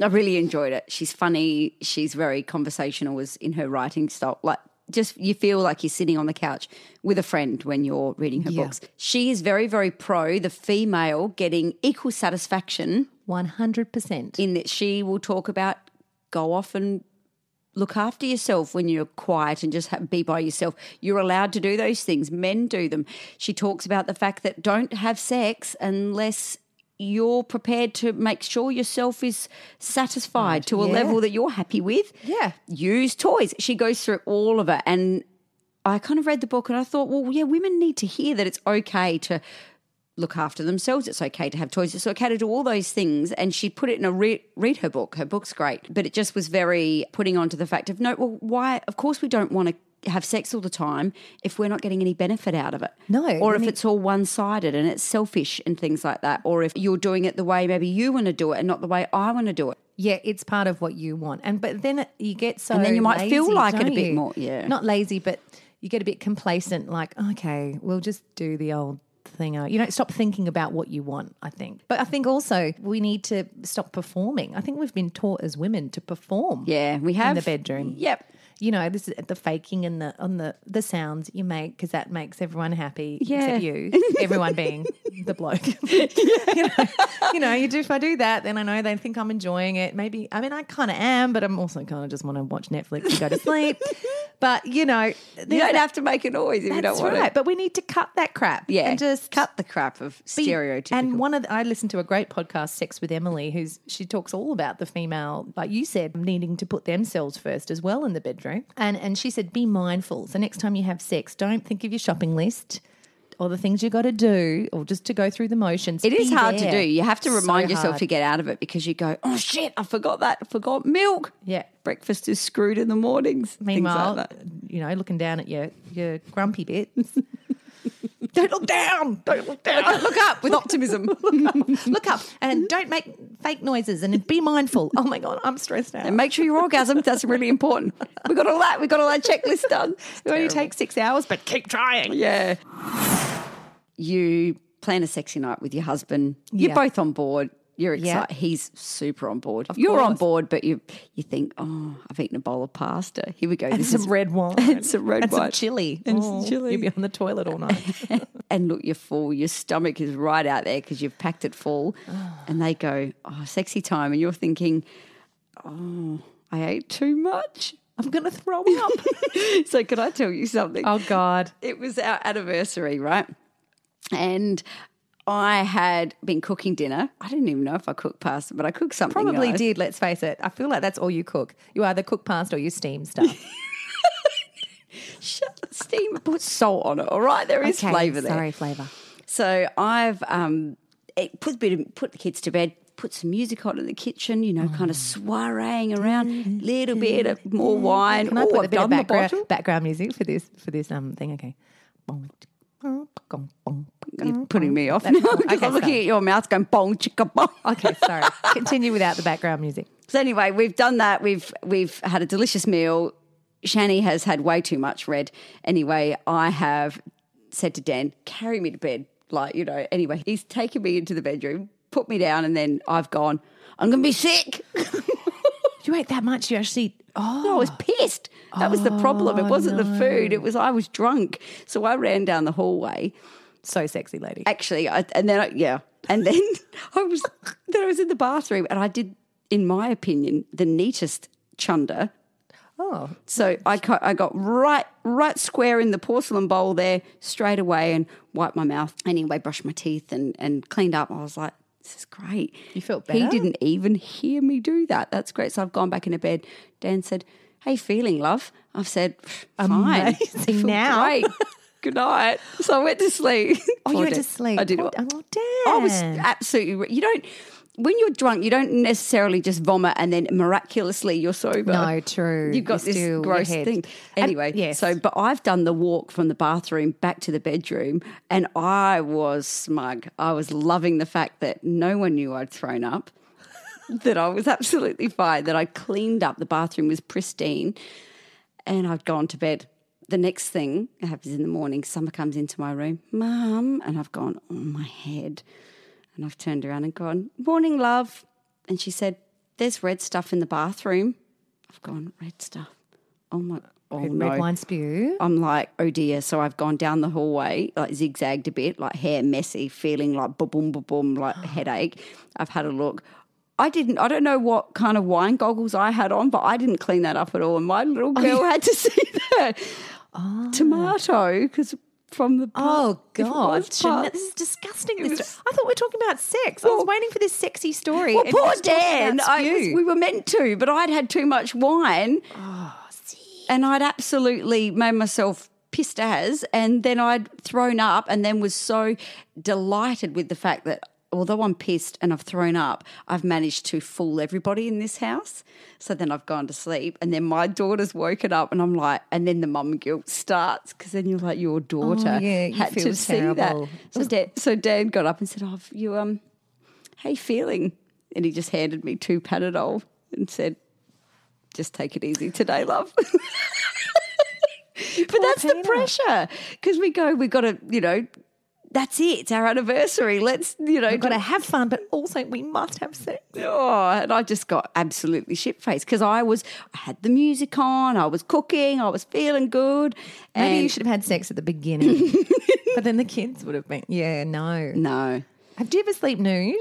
Speaker 2: I really enjoyed it. She's funny. She's very conversational. Was in her writing style. Like just you feel like you're sitting on the couch with a friend when you're reading her
Speaker 1: Yeah.
Speaker 2: books. She is very very pro the female getting equal satisfaction
Speaker 1: One hundred percent.
Speaker 2: in that she will talk about go off and look after yourself when you're quiet and just ha be by yourself. You're allowed to do those things. Men do them. She talks about the fact that don't have sex unless you're prepared to make sure yourself is satisfied to a
Speaker 1: Yeah.
Speaker 2: level that you're happy with.
Speaker 1: Yeah.
Speaker 2: Use toys. She goes through all of it and I kind of read the book and I thought, well, yeah, women need to hear that it's okay to look after themselves. It's okay to have toys. It's okay to do all those things. And she put it in a re- read her book. Her book's great, but it just was very putting on to the fact of no. Well, why? Of course, we don't want to have sex all the time if we're not getting any benefit out of it.
Speaker 1: No,
Speaker 2: or
Speaker 1: I
Speaker 2: if
Speaker 1: mean-
Speaker 2: it's all one sided and it's selfish and things like that. Or if you're doing it the way maybe you want to do it and not the way I want to do it.
Speaker 1: Yeah, it's part of what you want, and but then it- you get so
Speaker 2: And then you might feel
Speaker 1: lazy,
Speaker 2: like it a
Speaker 1: don't
Speaker 2: bit
Speaker 1: you?
Speaker 2: more, yeah.
Speaker 1: not lazy, but you get a bit complacent. Like, okay, we'll just do the old thing. You don't stop thinking about what you want. I think, but I think also we need to stop performing. I think we've been taught as women to perform.
Speaker 2: Yeah, we have
Speaker 1: in the bedroom.
Speaker 2: Yep.
Speaker 1: You know, this is the faking and the on the the sounds that you make because that makes everyone happy
Speaker 2: Yeah.
Speaker 1: except you. Everyone being the bloke. you, know, you know, you do. If I do that, then I know they think I'm enjoying it. Maybe I mean I kind of am, but I'm also kind of just want to watch Netflix and go to sleep. but you know,
Speaker 2: You don't have to make a noise if you don't
Speaker 1: that's
Speaker 2: want
Speaker 1: right.
Speaker 2: it.
Speaker 1: But we need to cut that crap.
Speaker 2: Yeah,
Speaker 1: and just
Speaker 2: cut the crap of
Speaker 1: be-
Speaker 2: stereotypical.
Speaker 1: And one of the, I listened to a great podcast, Sex with Emily, who's she talks all about the female, like you said, needing to put themselves first as well in the bedroom. And and she said, be mindful. So next time you have sex, don't think of your shopping list. Or the things you got to do, or just to go through the motions.
Speaker 2: It is
Speaker 1: Be
Speaker 2: hard
Speaker 1: there.
Speaker 2: to do. You have to
Speaker 1: So
Speaker 2: remind yourself
Speaker 1: hard.
Speaker 2: to get out of it because you go, oh shit, I forgot that. I forgot milk.
Speaker 1: Yeah.
Speaker 2: Breakfast is screwed in the mornings. things like
Speaker 1: Meanwhile,
Speaker 2: that.
Speaker 1: you know, looking down at your your grumpy bits. don't look down. Don't look down. Look, up with optimism. look, up, look up and don't make fake noises and be mindful. Oh my god, I'm stressed out.
Speaker 2: and make sure you're orgasmed. That's really important. We got all that. We got all our checklist done.
Speaker 1: It only takes six hours, but keep trying.
Speaker 2: Yeah. You plan a sexy night with your husband. You're
Speaker 1: Yeah.
Speaker 2: both on board. You're
Speaker 1: Yeah.
Speaker 2: excited. He's super on board. you're on
Speaker 1: course.
Speaker 2: board, but you you think, oh, I've eaten a bowl of pasta. Here we go.
Speaker 1: And
Speaker 2: This
Speaker 1: some
Speaker 2: is-
Speaker 1: red wine.
Speaker 2: And some red
Speaker 1: and
Speaker 2: wine.
Speaker 1: some chili. Oh,
Speaker 2: And some chili.
Speaker 1: You'll be on the toilet all night.
Speaker 2: and look, you're full. Your stomach is right out there because you've packed it full.
Speaker 1: Ah.
Speaker 2: And they go, oh, sexy time. And you're thinking, oh, I ate too much.
Speaker 1: I'm going to throw up.
Speaker 2: so, can I tell you something?
Speaker 1: oh God.
Speaker 2: It was our anniversary, right? And I had been cooking dinner. I didn't even know if I cooked pasta, but I cooked something.
Speaker 1: Probably
Speaker 2: guys.
Speaker 1: did. Let's face it. I feel like that's all you cook. You either cook pasta or you steam stuff.
Speaker 2: Shut the steam. Put salt on it. All right, there is
Speaker 1: Okay,
Speaker 2: flavour there.
Speaker 1: Sorry, flavour.
Speaker 2: So I've um, it put a bit of, put the kids to bed, put some music on in the kitchen, you know, kind of soireeing around, little bit of more wine.
Speaker 1: Can I
Speaker 2: oh,
Speaker 1: put a
Speaker 2: I've
Speaker 1: bit of
Speaker 2: done the
Speaker 1: background,
Speaker 2: bottle.
Speaker 1: background music for this for this um thing? Okay.
Speaker 2: You're putting me off now.
Speaker 1: That's cool. Okay,
Speaker 2: 'cause I'm looking
Speaker 1: sorry.
Speaker 2: at your mouth going bong chicka bong.
Speaker 1: Okay, sorry. Continue without the background music.
Speaker 2: So anyway, we've done that. We've we've had a delicious meal. Shani has had way too much red. Anyway, I have said to Dan, carry me to bed. Like, you know, anyway, he's taken me into the bedroom, put me down, and then I've gone, I'm gonna be sick.
Speaker 1: You ate that much, you actually oh
Speaker 2: I was pissed. That was the problem. It wasn't the food. It was I was drunk. So I ran down the hallway.
Speaker 1: so sexy lady.
Speaker 2: Actually, I, and then I, yeah, and then I was then I was in the bathroom, and I did, in my opinion, the neatest chunder.
Speaker 1: Oh.
Speaker 2: So I co- I got right right square in the porcelain bowl there straight away, and wiped my mouth. Anyway, brushed my teeth and and cleaned up. I was like. This is great.
Speaker 1: You felt
Speaker 2: He
Speaker 1: better?
Speaker 2: didn't even hear me do that. That's great. So I've gone back into bed. Dan said, "Hey, feeling, love?" I've said, "Fine."
Speaker 1: Amazing
Speaker 2: Feel
Speaker 1: now.
Speaker 2: great. Good night. So I went to sleep.
Speaker 1: Oh,
Speaker 2: Poor
Speaker 1: you went
Speaker 2: Dan.
Speaker 1: to sleep.
Speaker 2: I did.
Speaker 1: Poor Dan. Oh,
Speaker 2: I was
Speaker 1: Dan.
Speaker 2: absolutely. You don't. when you're drunk, you don't necessarily just vomit and then miraculously you're sober.
Speaker 1: No, true.
Speaker 2: You've got
Speaker 1: You
Speaker 2: this
Speaker 1: still- your
Speaker 2: gross
Speaker 1: head.
Speaker 2: thing.
Speaker 1: And-
Speaker 2: Anyway,
Speaker 1: yes.
Speaker 2: so but I've done the walk from the bathroom back to the bedroom and I was smug. I was loving the fact that no one knew I'd thrown up. that I was absolutely fine, that I cleaned up, the bathroom was pristine, and I'd gone to bed. The next thing that happens in the morning, Summer comes into my room, Mum, and I've gone, Oh, my head. And I've turned around and gone, Morning, love. And she said, There's red stuff in the bathroom. I've gone, Red stuff. Oh, my. Oh,
Speaker 1: Red-
Speaker 2: no.
Speaker 1: red wine spew.
Speaker 2: I'm like, oh dear. So I've gone down the hallway, like zigzagged a bit, like hair messy, feeling like boom, boom, boom, boom, like headache. I've had a look. I didn't, I don't know what kind of wine goggles I had on, but I didn't clean that up at all. And my little girl had to see that tomato because from the
Speaker 1: Oh
Speaker 2: if it
Speaker 1: God,
Speaker 2: was
Speaker 1: Jeanette,
Speaker 2: part-
Speaker 1: this is disgusting.
Speaker 2: It
Speaker 1: This
Speaker 2: was-
Speaker 1: sto- I thought we were talking about sex. I was waiting for this sexy story.
Speaker 2: Well,
Speaker 1: and
Speaker 2: poor
Speaker 1: you're talking
Speaker 2: Dan.
Speaker 1: about
Speaker 2: I was-
Speaker 1: spew.
Speaker 2: we were meant to, but I'd had too much wine. And I'd absolutely made myself pissed as. And then I'd thrown up and then was so delighted with the fact that although I'm pissed and I've thrown up, I've managed to fool everybody in this house. So then I've gone to sleep. And then my daughter's woken up and I'm like, and then the mum guilt starts because then you're like, your
Speaker 1: Oh,
Speaker 2: daughter
Speaker 1: yeah, you
Speaker 2: had
Speaker 1: feel
Speaker 2: to see that.
Speaker 1: terrible.
Speaker 2: So Dan, so Dan got up and said, oh, you, um, how you feeling? And he just handed me two Panadol and said, just take it easy today, love. but that's the pressure because we go, we've got to, you know, that's it. It's our anniversary. Let's, you know,
Speaker 1: We've got to have fun, but also we must have sex.
Speaker 2: Oh, and I just got absolutely shit faced because I was, I had the music on, I was cooking, I was feeling good.
Speaker 1: Maybe you
Speaker 2: and-
Speaker 1: should have had sex at the beginning, but then the kids would have been. Yeah, no.
Speaker 2: No.
Speaker 1: Have you ever sleep nude?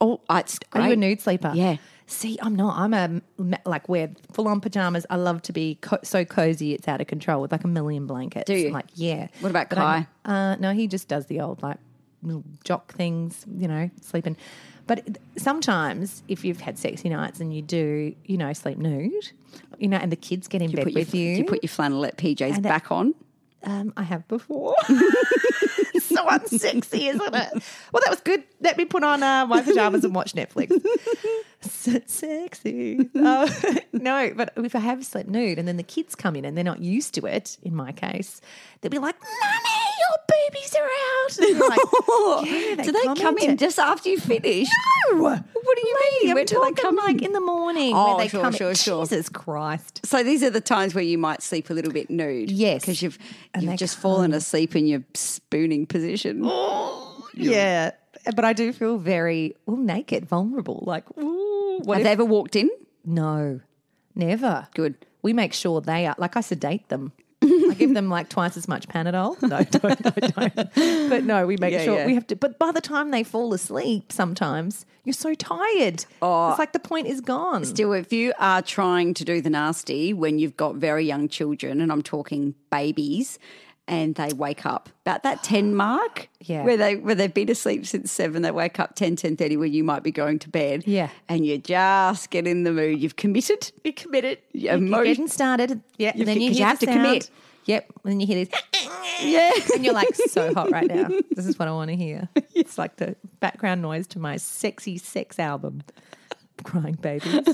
Speaker 2: Oh, I- it's
Speaker 1: Are you a
Speaker 2: great.
Speaker 1: nude sleeper?
Speaker 2: Yeah.
Speaker 1: See, I'm not. I'm a ma- like wear full on pajamas. I love to be co- so cozy. It's out of control with like a million blankets.
Speaker 2: Do you?
Speaker 1: I'm like yeah.
Speaker 2: What about
Speaker 1: But I'm- Uh, no, he just does the old like little jock things. You know, sleeping. But th- sometimes if you've had sexy nights and you do, you know, sleep nude, you know, and the kids get in bed
Speaker 2: put your,
Speaker 1: with you,
Speaker 2: you put your flannelette PJs
Speaker 1: And that-
Speaker 2: back on.
Speaker 1: um, I have before. so unsexy, isn't it? Well, that was good. Let me put on uh, my pajamas and watch Netflix. Se- sexy. Uh, no, but if I have slept nude and then the kids come in and they're not used to it, in my case, they'll be like, "Mummy, your boobies are out." And you're like, "Yeah,
Speaker 2: do they come in
Speaker 1: commented."
Speaker 2: just after you finish?
Speaker 1: No.
Speaker 2: What do you mean?
Speaker 1: I'm
Speaker 2: Where do they
Speaker 1: talking
Speaker 2: come
Speaker 1: like
Speaker 2: in?
Speaker 1: in the morning?
Speaker 2: Oh,
Speaker 1: where they
Speaker 2: sure,
Speaker 1: come in.
Speaker 2: sure, sure.
Speaker 1: Jesus Christ.
Speaker 2: So these are the times where you might sleep a little bit nude.
Speaker 1: Yes.
Speaker 2: Because you've
Speaker 1: And
Speaker 2: you've
Speaker 1: they Oh.
Speaker 2: just fallen asleep in your spooning position.
Speaker 1: Yeah. But I do feel very well naked, vulnerable. Like, ooh, what
Speaker 2: Have
Speaker 1: if-
Speaker 2: they ever walked in?
Speaker 1: No, never.
Speaker 2: Good.
Speaker 1: We make sure they are like I sedate them. I give them like twice as much Panadol. No, don't, no, don't. But no, we make
Speaker 2: Yeah,
Speaker 1: sure
Speaker 2: yeah.
Speaker 1: we have to. But by the time they fall asleep, sometimes you're so tired. Oh, it's like the point is gone.
Speaker 2: Still, if you are trying to do the nasty when you've got very young children, and I'm talking babies, and they wake up about that ten mark,
Speaker 1: Yeah.
Speaker 2: where they where they've been asleep since seven, they wake up 10, 10.30 where you might be going to bed,
Speaker 1: Yeah.
Speaker 2: and you just get in the mood. You've committed,
Speaker 1: you committed.
Speaker 2: Yeah,
Speaker 1: You're
Speaker 2: mo-
Speaker 1: getting started. Yeah,
Speaker 2: You've
Speaker 1: and then
Speaker 2: got-
Speaker 1: you
Speaker 2: 'cause
Speaker 1: hear
Speaker 2: you have
Speaker 1: the
Speaker 2: to commit.
Speaker 1: sound. Yep, and then you hear this.
Speaker 2: yeah.
Speaker 1: and you're like so hot right now. This is what I want to hear. It's like the background noise to my sexy sex album. Crying babies.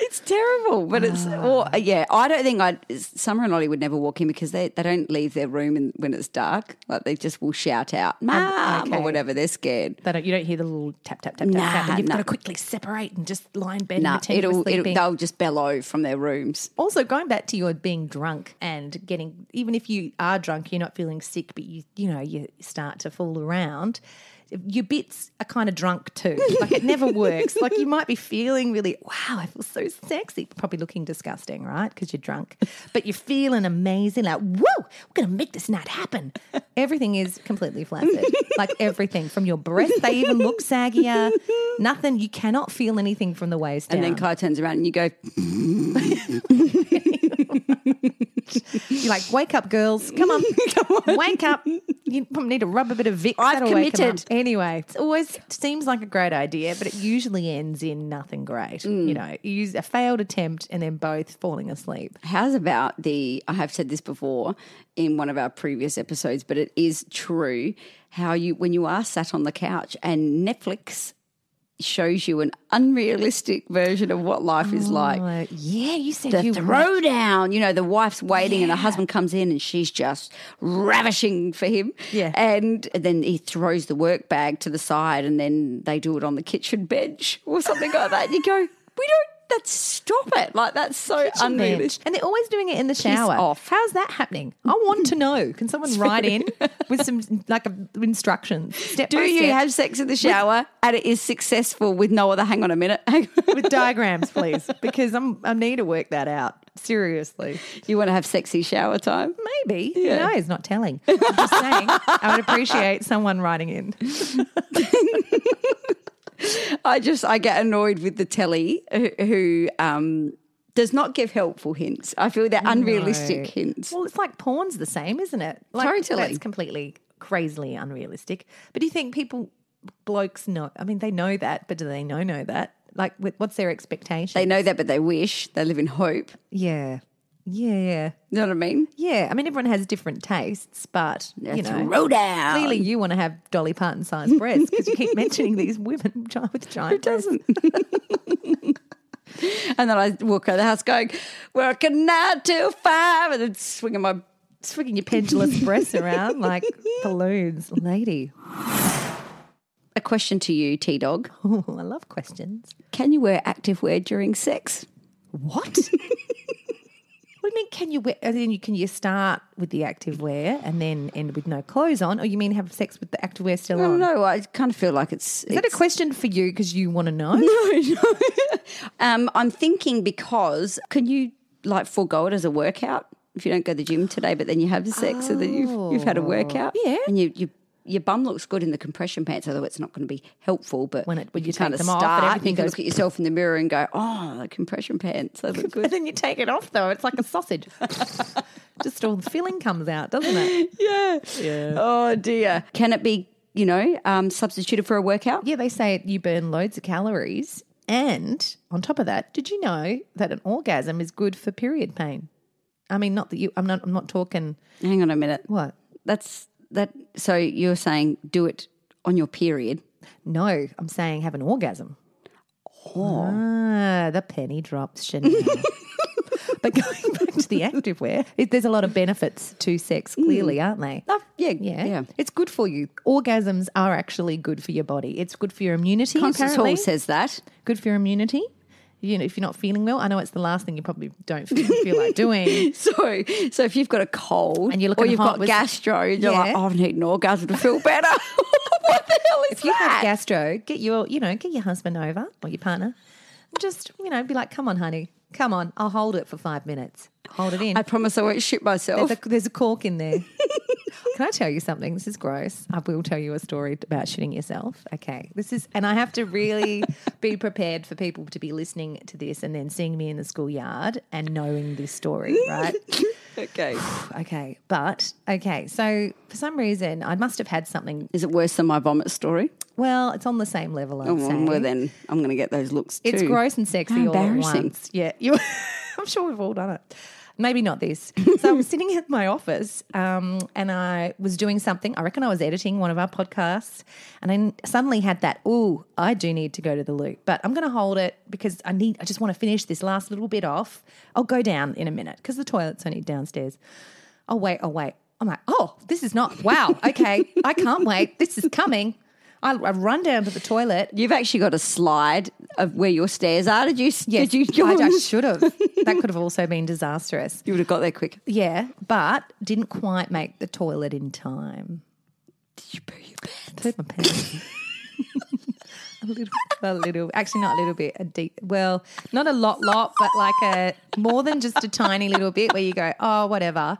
Speaker 2: It's terrible, but it's
Speaker 1: Ah.
Speaker 2: or yeah. I don't think I Summer and Ollie would never walk in because they, they don't leave their room in, when it's dark. Like they just will shout out "mom"
Speaker 1: Um, okay.
Speaker 2: or whatever. They're scared.
Speaker 1: They don't, you don't hear the little tap tap tap
Speaker 2: Nah,
Speaker 1: tap tap. And you've
Speaker 2: nah.
Speaker 1: got to quickly separate and just lie in bed
Speaker 2: No,
Speaker 1: and pretend you
Speaker 2: it'll,
Speaker 1: were
Speaker 2: it'll
Speaker 1: sleeping.
Speaker 2: they'll just bellow from their rooms.
Speaker 1: also, going back to your being drunk and getting, even if you are drunk, you're not feeling sick, but you you know you start to fool around. Your bits are kind of drunk too. Like it never works. Like you might be feeling really, wow, I feel so sexy. Probably looking disgusting, right? Because you're drunk, but you're feeling amazing. Like, whoa, we're gonna make this night happen. Everything is completely flaccid. like everything from your breasts, they even look saggier. Nothing. You cannot feel anything from the waist
Speaker 2: And
Speaker 1: down.
Speaker 2: then Kai turns around and you go,
Speaker 1: You're like, wake up, girls. Come on. Wake up. You probably need to rub a bit of Vicks.
Speaker 2: I've
Speaker 1: That'll wake 'em
Speaker 2: committed.
Speaker 1: up. Anyway, it always seems like a great idea, but it usually ends in nothing great. You know, you use a failed attempt and then both falling asleep.
Speaker 2: How's about the? I have said this before in one of our previous episodes, but it is true. How you when you are sat on the couch and Netflix shows you an unrealistic version of what life is
Speaker 1: Oh,
Speaker 2: like.
Speaker 1: Yeah, you said
Speaker 2: The
Speaker 1: you
Speaker 2: throwdown, you know, the wife's waiting and the husband comes in and she's just ravishing for him.
Speaker 1: Yeah.
Speaker 2: And then he throws the work bag to the side and then they do it on the kitchen bench or something like that. You go, we don't, that's stop it. Like, that's so
Speaker 1: Kitchen bench.
Speaker 2: unrealistic.
Speaker 1: And they're always doing it in the
Speaker 2: Piss
Speaker 1: shower.
Speaker 2: off.
Speaker 1: How's that happening? I want to know. Can someone write in with some like a, instructions? Step
Speaker 2: Do
Speaker 1: by
Speaker 2: you
Speaker 1: step.
Speaker 2: have sex in the shower and it is successful with no other? Hang on a minute. Hang on.
Speaker 1: with diagrams, please? Because I'm I need to work that out seriously.
Speaker 2: you want to have sexy shower time?
Speaker 1: Maybe
Speaker 2: Yeah.
Speaker 1: no, it's not telling. I'm just saying. I would appreciate someone writing in.
Speaker 2: I just I get annoyed with the telly who, who um, does not give helpful hints. I feel they're unrealistic hints.
Speaker 1: Well, it's like porn's the same, isn't it? Like,
Speaker 2: Totally.
Speaker 1: That's completely crazily unrealistic. But do you think people, blokes, know? I mean, they know that, but do they know know that? Like, wh- what's their expectation?
Speaker 2: They know that, but they wish they live in hope.
Speaker 1: Yeah. Yeah.
Speaker 2: You know what I mean?
Speaker 1: Yeah. I mean, everyone has different tastes, but, you know.
Speaker 2: throw down.
Speaker 1: Clearly, you want to have Dolly Parton sized breasts because you keep mentioning these women gi- with giant. Who doesn't?
Speaker 2: And then I walk out of the house going, working nine till five, and then swinging my.
Speaker 1: Swinging your pendulous breasts around like balloons. Lady.
Speaker 2: A question to you, T Dog.
Speaker 1: Oh, I love questions.
Speaker 2: Can you wear active wear during sex?
Speaker 1: What? what do you mean? Can you wear? And then you can you start with the active wear and then end with no clothes on, or you mean have sex with the active wear still
Speaker 2: I
Speaker 1: on?
Speaker 2: don't know. I kind of feel like it's.
Speaker 1: Oh. Is that a question for you because you want to know?
Speaker 2: Um, I'm thinking because can you like forego it as a workout if you don't go to the gym today, but then you have sex and then you've you've had a workout,
Speaker 1: Oh, Yeah.
Speaker 2: and you you. Your bum looks good in the compression pants, although it's not going to be helpful. But
Speaker 1: When it- when you take
Speaker 2: kinda
Speaker 1: them off and
Speaker 2: start,
Speaker 1: everything
Speaker 2: you can
Speaker 1: goes-
Speaker 2: look at yourself in the mirror and go, "Oh, the compression pants, they look
Speaker 1: But
Speaker 2: good."
Speaker 1: then you take it off though; it's like a sausage. Just all the filling comes out, doesn't it?
Speaker 2: yeah. Oh dear. Can it be, you know, um, substituted for a workout?
Speaker 1: Yeah, they say you burn loads of calories, and on top of that, did you know that an orgasm is good for period pain? I mean, not that you. I'm not. I'm not talking
Speaker 2: Hang on a minute.
Speaker 1: what.
Speaker 2: That's that. So you're saying do it on your period?
Speaker 1: No, I'm saying have an orgasm.
Speaker 2: Oh.
Speaker 1: Ah, the penny drops, Chanel. but going back to the activewear, it, there's a lot of benefits to sex, clearly, aren't they?
Speaker 2: Hmm. Oh, yeah,
Speaker 1: Yeah.
Speaker 2: yeah.
Speaker 1: it's good for you. Orgasms are actually good for your body. It's good for your immunity.
Speaker 2: Constance
Speaker 1: apparently.
Speaker 2: Hall says that.
Speaker 1: good for your immunity. You know, if you're not feeling well, I know it's the last thing you probably don't feel, feel like doing.
Speaker 2: So, so if you've got a cold
Speaker 1: And you're
Speaker 2: or
Speaker 1: looking
Speaker 2: you've
Speaker 1: hot
Speaker 2: got
Speaker 1: with-
Speaker 2: gastro,
Speaker 1: Yeah.
Speaker 2: you're like, oh, I need an orgasm to feel better. what the hell is
Speaker 1: If you
Speaker 2: that?
Speaker 1: have gastro, get your, you know, get your husband over or your partner, and just, you know, be like, "Come on, honey, come on, I'll hold it for five minutes, hold it in."
Speaker 2: I Oh. promise I won't shit myself.
Speaker 1: There's a, there's a cork in there. Can I tell you something? This is gross. I will tell you a story about shitting yourself. Okay. This is, and I have to really be prepared for people to be listening to this and then seeing me in the schoolyard and knowing this story, right?
Speaker 2: okay.
Speaker 1: okay. But, okay. So for some reason, I must have had something.
Speaker 2: Is it worse than my vomit story?
Speaker 1: Well, it's on the same level, I'd
Speaker 2: Oh,
Speaker 1: say.
Speaker 2: well, then I'm going to get those looks too.
Speaker 1: It's gross and sexy
Speaker 2: How
Speaker 1: all at
Speaker 2: embarrassing.
Speaker 1: once. Yeah, you, I'm sure we've all done it. Maybe not this. So I'm sitting at my office, um, and I was doing something. I reckon I was editing one of our podcasts, and I n- suddenly had that. Ooh, I do need to go to the loo, but I'm going to hold it because I need. I just want to finish this last little bit off. I'll go down in a minute because the toilet's only downstairs. Oh wait, oh wait. I'm like, oh, this is not. Wow. Okay, I can't wait. This is coming. I, I run down to the toilet.
Speaker 2: You've actually got a slide of where your stairs are. Did you?
Speaker 1: Yes,
Speaker 2: Did you?
Speaker 1: I, I should have. That could have also been disastrous.
Speaker 2: you would have got there quick.
Speaker 1: Yeah, but didn't quite make the toilet in time.
Speaker 2: Did you poo your pants?
Speaker 1: Pooed my pants. a little, a little. Actually, not a little bit. A deep. Well, not a lot, lot, but like a more than just a tiny little bit where you go, oh, whatever.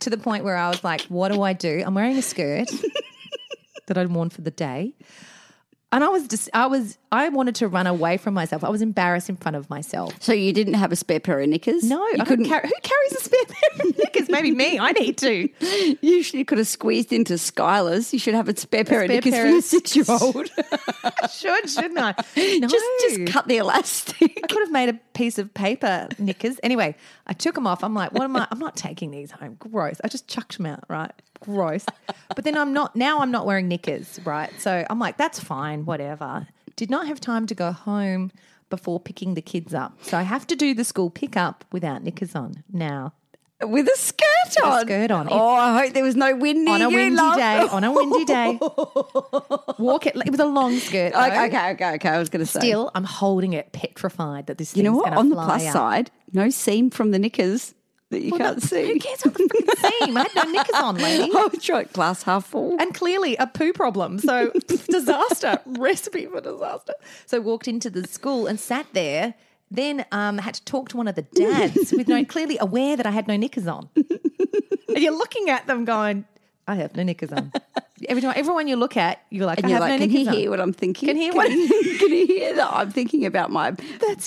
Speaker 1: To the point where I was like, what do I do? I'm wearing a skirt that I'd worn for the day. And I was just, I was, I wanted to run away from myself. I was embarrassed in front of myself.
Speaker 2: So you didn't have a spare pair of knickers?
Speaker 1: No,
Speaker 2: you
Speaker 1: I couldn't. Carry, who carries a spare pair of knickers? Maybe me. I need to.
Speaker 2: You should- you could have squeezed into Skylar's. You should have a spare pair of
Speaker 1: spare
Speaker 2: knickers
Speaker 1: pair
Speaker 2: for your
Speaker 1: of-
Speaker 2: six year old.
Speaker 1: Should shouldn't I? No.
Speaker 2: Just just cut the elastic.
Speaker 1: I could have made a piece of paper knickers. Anyway, I took them off. I'm like, what am I? I'm not taking these home. Gross. I just chucked them out. Right. Gross. But then I'm not. Now I'm not wearing knickers. Right. So I'm like, that's fine. Whatever. Did not have time to go home before picking the kids up. So I have to do the school pickup without knickers on now.
Speaker 2: With a skirt on.
Speaker 1: A skirt on.
Speaker 2: Oh, I hope there was no wind near
Speaker 1: on a
Speaker 2: you,
Speaker 1: windy
Speaker 2: love.
Speaker 1: day. On a windy day. Walk it. It was a long skirt. though.
Speaker 2: Okay, okay, okay, okay. I was going to say.
Speaker 1: Still, I'm holding it petrified that this.
Speaker 2: you know
Speaker 1: thing's
Speaker 2: what?
Speaker 1: gonna
Speaker 2: On the
Speaker 1: fly
Speaker 2: plus
Speaker 1: out.
Speaker 2: side, no seam from the knickers that you
Speaker 1: Well,
Speaker 2: can't
Speaker 1: no-
Speaker 2: see.
Speaker 1: Who cares what the fucking seam? I had no knickers on, lady.
Speaker 2: I was trying glass half full.
Speaker 1: and clearly a poo problem. So disaster recipe for disaster. So walked into the school and sat there. Then um, had to talk to one of the dads with no clearly aware that I had no knickers on. and you're looking at them going, I have no knickers on. Every time, everyone you look at, you're like,
Speaker 2: And
Speaker 1: I
Speaker 2: you're
Speaker 1: have
Speaker 2: like,
Speaker 1: no
Speaker 2: can he
Speaker 1: knickers
Speaker 2: hear
Speaker 1: on.
Speaker 2: what I'm thinking?
Speaker 1: Can he hear what-
Speaker 2: he, can he hear that I'm thinking about my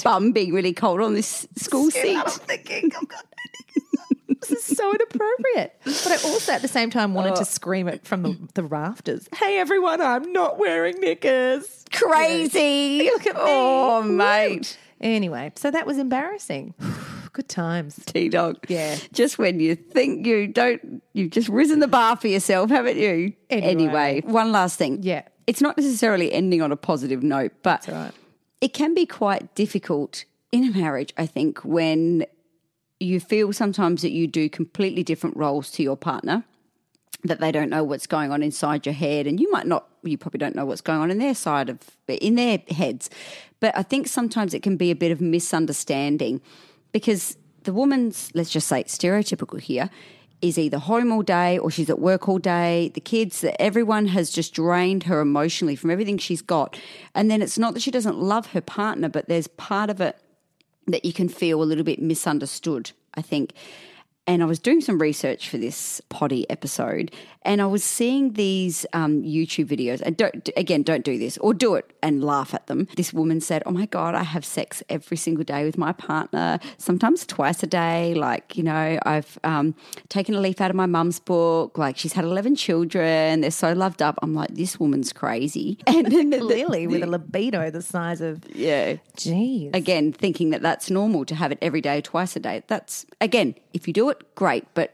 Speaker 2: bum being really cold on this school
Speaker 1: Scared
Speaker 2: seat?
Speaker 1: what I'm thinking,
Speaker 2: "Oh,
Speaker 1: I've got no knickers on. This is so inappropriate. But I also at the same time wanted to scream it from the, the rafters. Hey everyone, I'm not wearing knickers.
Speaker 2: Crazy.
Speaker 1: Look at me.
Speaker 2: Oh,
Speaker 1: Woo.
Speaker 2: mate.
Speaker 1: Anyway, so that was embarrassing. Good times.
Speaker 2: T dog.
Speaker 1: Yeah.
Speaker 2: Just when you think you don't, you've just risen the bar for yourself, haven't you?
Speaker 1: Anyway.
Speaker 2: one last thing.
Speaker 1: Yeah.
Speaker 2: It's not necessarily ending on a positive note, but
Speaker 1: all right.
Speaker 2: it can be quite difficult in a marriage, I think, when you feel sometimes that you do completely different roles to your partner. that they don't know what's going on inside your head and you might not you probably don't know what's going on in their side of in their heads but i think sometimes it can be a bit of misunderstanding because the woman's let's just say it's stereotypical here is either home all day or she's at work all day the kids that everyone has just drained her emotionally from everything she's got and then it's not that she doesn't love her partner but there's part of it that you can feel a little bit misunderstood, I think. And I was doing some research for this potty episode, and I was seeing these um, YouTube videos. And don't, again, don't do this or do it and laugh at them. This woman said, "Oh my god, I have sex every single day with my partner, sometimes twice a day. Like, you know, I've um, taken a leaf out of my mum's book. Like, she's had eleven children. They're so loved up. I'm like, this woman's crazy. And then the-
Speaker 1: Clearly, with a libido the size of
Speaker 2: yeah,
Speaker 1: geez,
Speaker 2: again thinking that that's normal to have it every day twice a day that's again if you do it great but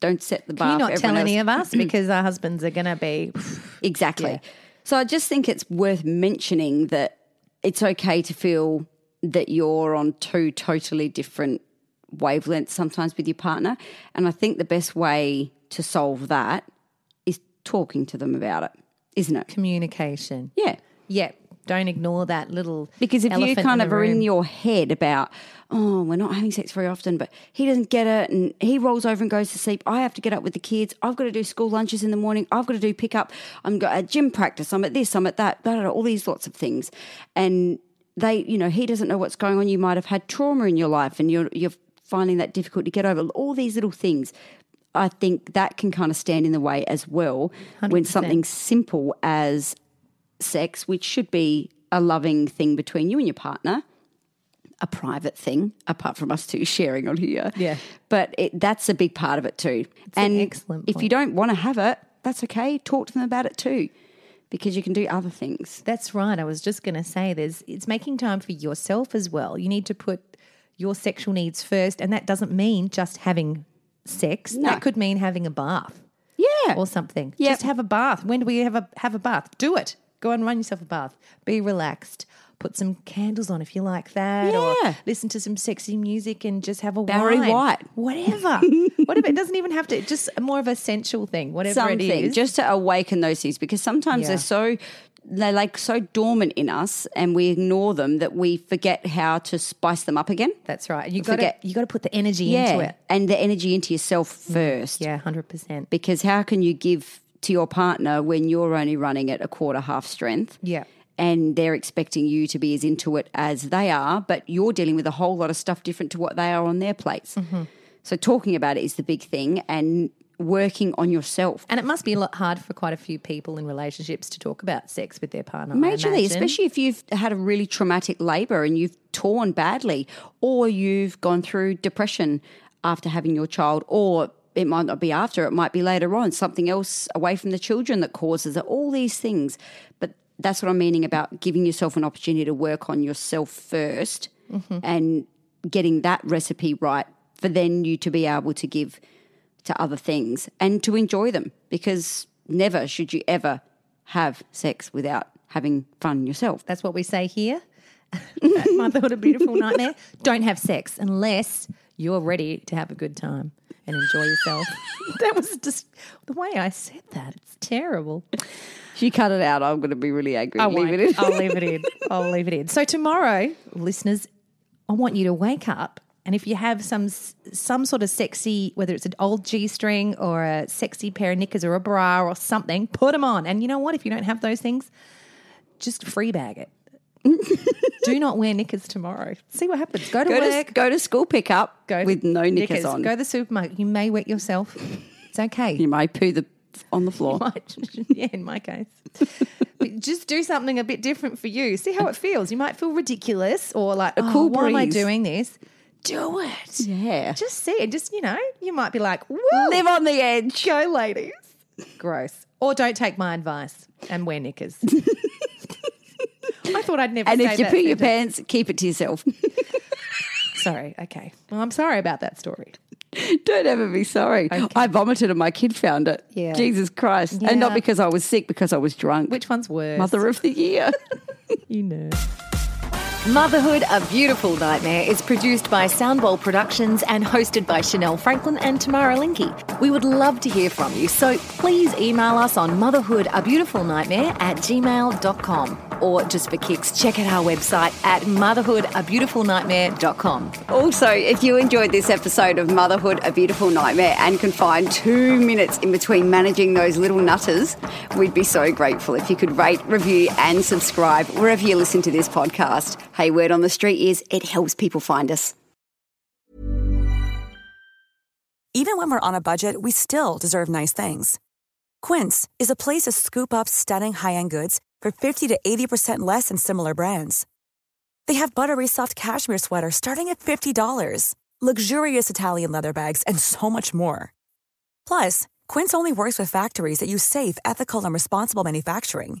Speaker 2: don't set the bar
Speaker 1: can you not
Speaker 2: for
Speaker 1: tell
Speaker 2: everyone
Speaker 1: any
Speaker 2: else.
Speaker 1: of us because our husbands are going to be
Speaker 2: exactly so i just think it's worth mentioning that it's okay to feel that you're on two totally different wavelengths sometimes with your partner and i think the best way to solve that is talking to them about it isn't it
Speaker 1: communication.
Speaker 2: yeah
Speaker 1: Yeah, don't ignore that little
Speaker 2: Because if you
Speaker 1: elephant
Speaker 2: kind
Speaker 1: in
Speaker 2: of
Speaker 1: the
Speaker 2: are
Speaker 1: room.
Speaker 2: in your head about, oh, we're not having sex very often, but he doesn't get it and he rolls over and goes to sleep. I have to get up with the kids. I've got to do school lunches in the morning. I've got to do pickup. I'm got at gym practice. I'm at this, I'm at that, blah, blah, blah, all these lots of things. And they, you know, he doesn't know what's going on. You might have had trauma in your life and you're you're finding that difficult to get over. All these little things. I think that can kind of stand in the way as well when something simple as sex, which should be a loving thing between you and your partner, a private thing, apart from us two sharing on here.
Speaker 1: Yeah.
Speaker 2: But it, that's a big part of it too.
Speaker 1: an
Speaker 2: and
Speaker 1: excellent
Speaker 2: if you
Speaker 1: point.
Speaker 2: don't want to have it, that's okay. Talk to them about it too, because you can do other things.
Speaker 1: That's right. I was just going to say there's it's making time for yourself as well. You need to put your sexual needs first and that doesn't mean just having sex. That could mean having a bath.
Speaker 2: Yeah.
Speaker 1: or something.
Speaker 2: Yep.
Speaker 1: Just have a bath. When do we have a have a bath? Do it. Go and run yourself a bath. Be relaxed. Put some candles on if you like that.
Speaker 2: Yeah.
Speaker 1: Or listen to some sexy music and just have a
Speaker 2: Barry
Speaker 1: wine.
Speaker 2: White.
Speaker 1: Whatever. whatever. It doesn't even have to. Just more of a sensual thing. Whatever it
Speaker 2: something
Speaker 1: is.
Speaker 2: just to awaken those things because sometimes
Speaker 1: Yeah.
Speaker 2: they're so they're like so dormant in us and we ignore them that we forget how to spice them up again.
Speaker 1: That's right. You got to
Speaker 2: Forget-
Speaker 1: you got to put the energy into it.
Speaker 2: And the energy into yourself first.
Speaker 1: Yeah, hundred percent.
Speaker 2: because how can you give to your partner when you're only running at a quarter half strength?
Speaker 1: Yeah.
Speaker 2: And they're expecting you to be as into it as they are, but you're dealing with a whole lot of stuff different to what they are on their plates. So talking about it is the big thing and working on yourself.
Speaker 1: And it must be a lot hard for quite a few people in relationships to talk about sex with their partner. I
Speaker 2: Majorly,
Speaker 1: imagine.
Speaker 2: especially if you've had a really traumatic labour and you've torn badly, or you've gone through depression after having your child, or it might not be after, it might be later on, something else away from the children that causes it, all these things. But that's what I'm meaning about giving yourself an opportunity to work on yourself 1st
Speaker 1: Mm-hmm.
Speaker 2: and getting that recipe right for then you to be able to give to other things and to enjoy them because never should you ever have sex without having fun yourself.
Speaker 1: That's what we say here. Motherhood a beautiful nightmare. Don't have sex unless you're ready to have a good time and enjoy yourself. that was just the way I said that. It's terrible.
Speaker 2: If you cut it out, I'm going to be really angry.
Speaker 1: I
Speaker 2: Leave
Speaker 1: won't.
Speaker 2: it in.
Speaker 1: I'll leave it in. I'll leave it in. So tomorrow, listeners, I want you to wake up, and if you have some s- some sort of sexy, whether it's an old g string or a sexy pair of knickers or a bra or something, put them on. And you know what? If you don't have those things, just free bag it. Do not wear knickers tomorrow. See what happens. Go to
Speaker 2: Go
Speaker 1: work.
Speaker 2: to, go to school pickup go with no knickers, on.
Speaker 1: Go to the supermarket. You may wet yourself. It's okay.
Speaker 2: you may poo the on the floor.
Speaker 1: might. yeah, in my case. but just do something a bit different for you. See how it feels. You might feel ridiculous or like,
Speaker 2: A
Speaker 1: oh,
Speaker 2: cool
Speaker 1: why am I
Speaker 2: breeze."
Speaker 1: doing this? Do it.
Speaker 2: Yeah.
Speaker 1: Just see it. Just, you know, you might be like, whoa.
Speaker 2: Live on the edge.
Speaker 1: Go, ladies. Gross. Or don't take my advice and wear knickers. I thought I'd never
Speaker 2: And
Speaker 1: say
Speaker 2: if you
Speaker 1: that
Speaker 2: poo your
Speaker 1: sentence.
Speaker 2: pants, keep it to yourself.
Speaker 1: Sorry. Okay. Well, I'm sorry about that story.
Speaker 2: Don't ever be sorry. I vomited and my kid found it.
Speaker 1: Yeah.
Speaker 2: Jesus Christ. And
Speaker 1: Yeah.
Speaker 2: not because I was sick, because I was drunk.
Speaker 1: Which one's worse?
Speaker 2: Mother of the year.
Speaker 1: you know.
Speaker 6: Motherhood, a Beautiful Nightmare is produced by Soundbowl Productions and hosted by Chanel Franklin and Tamara Linky. We would love to hear from you, so please email us on motherhoodabeautifulnightmare at gmail.com. Or just for kicks, check out our website at motherhoodabeautifulnightmare.com.
Speaker 2: Also, if you enjoyed this episode of Motherhood a Beautiful Nightmare and can find two minutes in between managing those little nutters, we'd be so grateful if you could rate, review, and subscribe wherever you listen to this podcast. Hey, word on the street is it helps people find us.
Speaker 7: Even when we're on a budget, we still deserve nice things. Quince is a place to scoop up stunning high end goods for 50 to 80% less than similar brands. They have buttery soft cashmere sweaters starting at $50, luxurious Italian leather bags, and so much more. Plus, Quince only works with factories that use safe, ethical, and responsible manufacturing.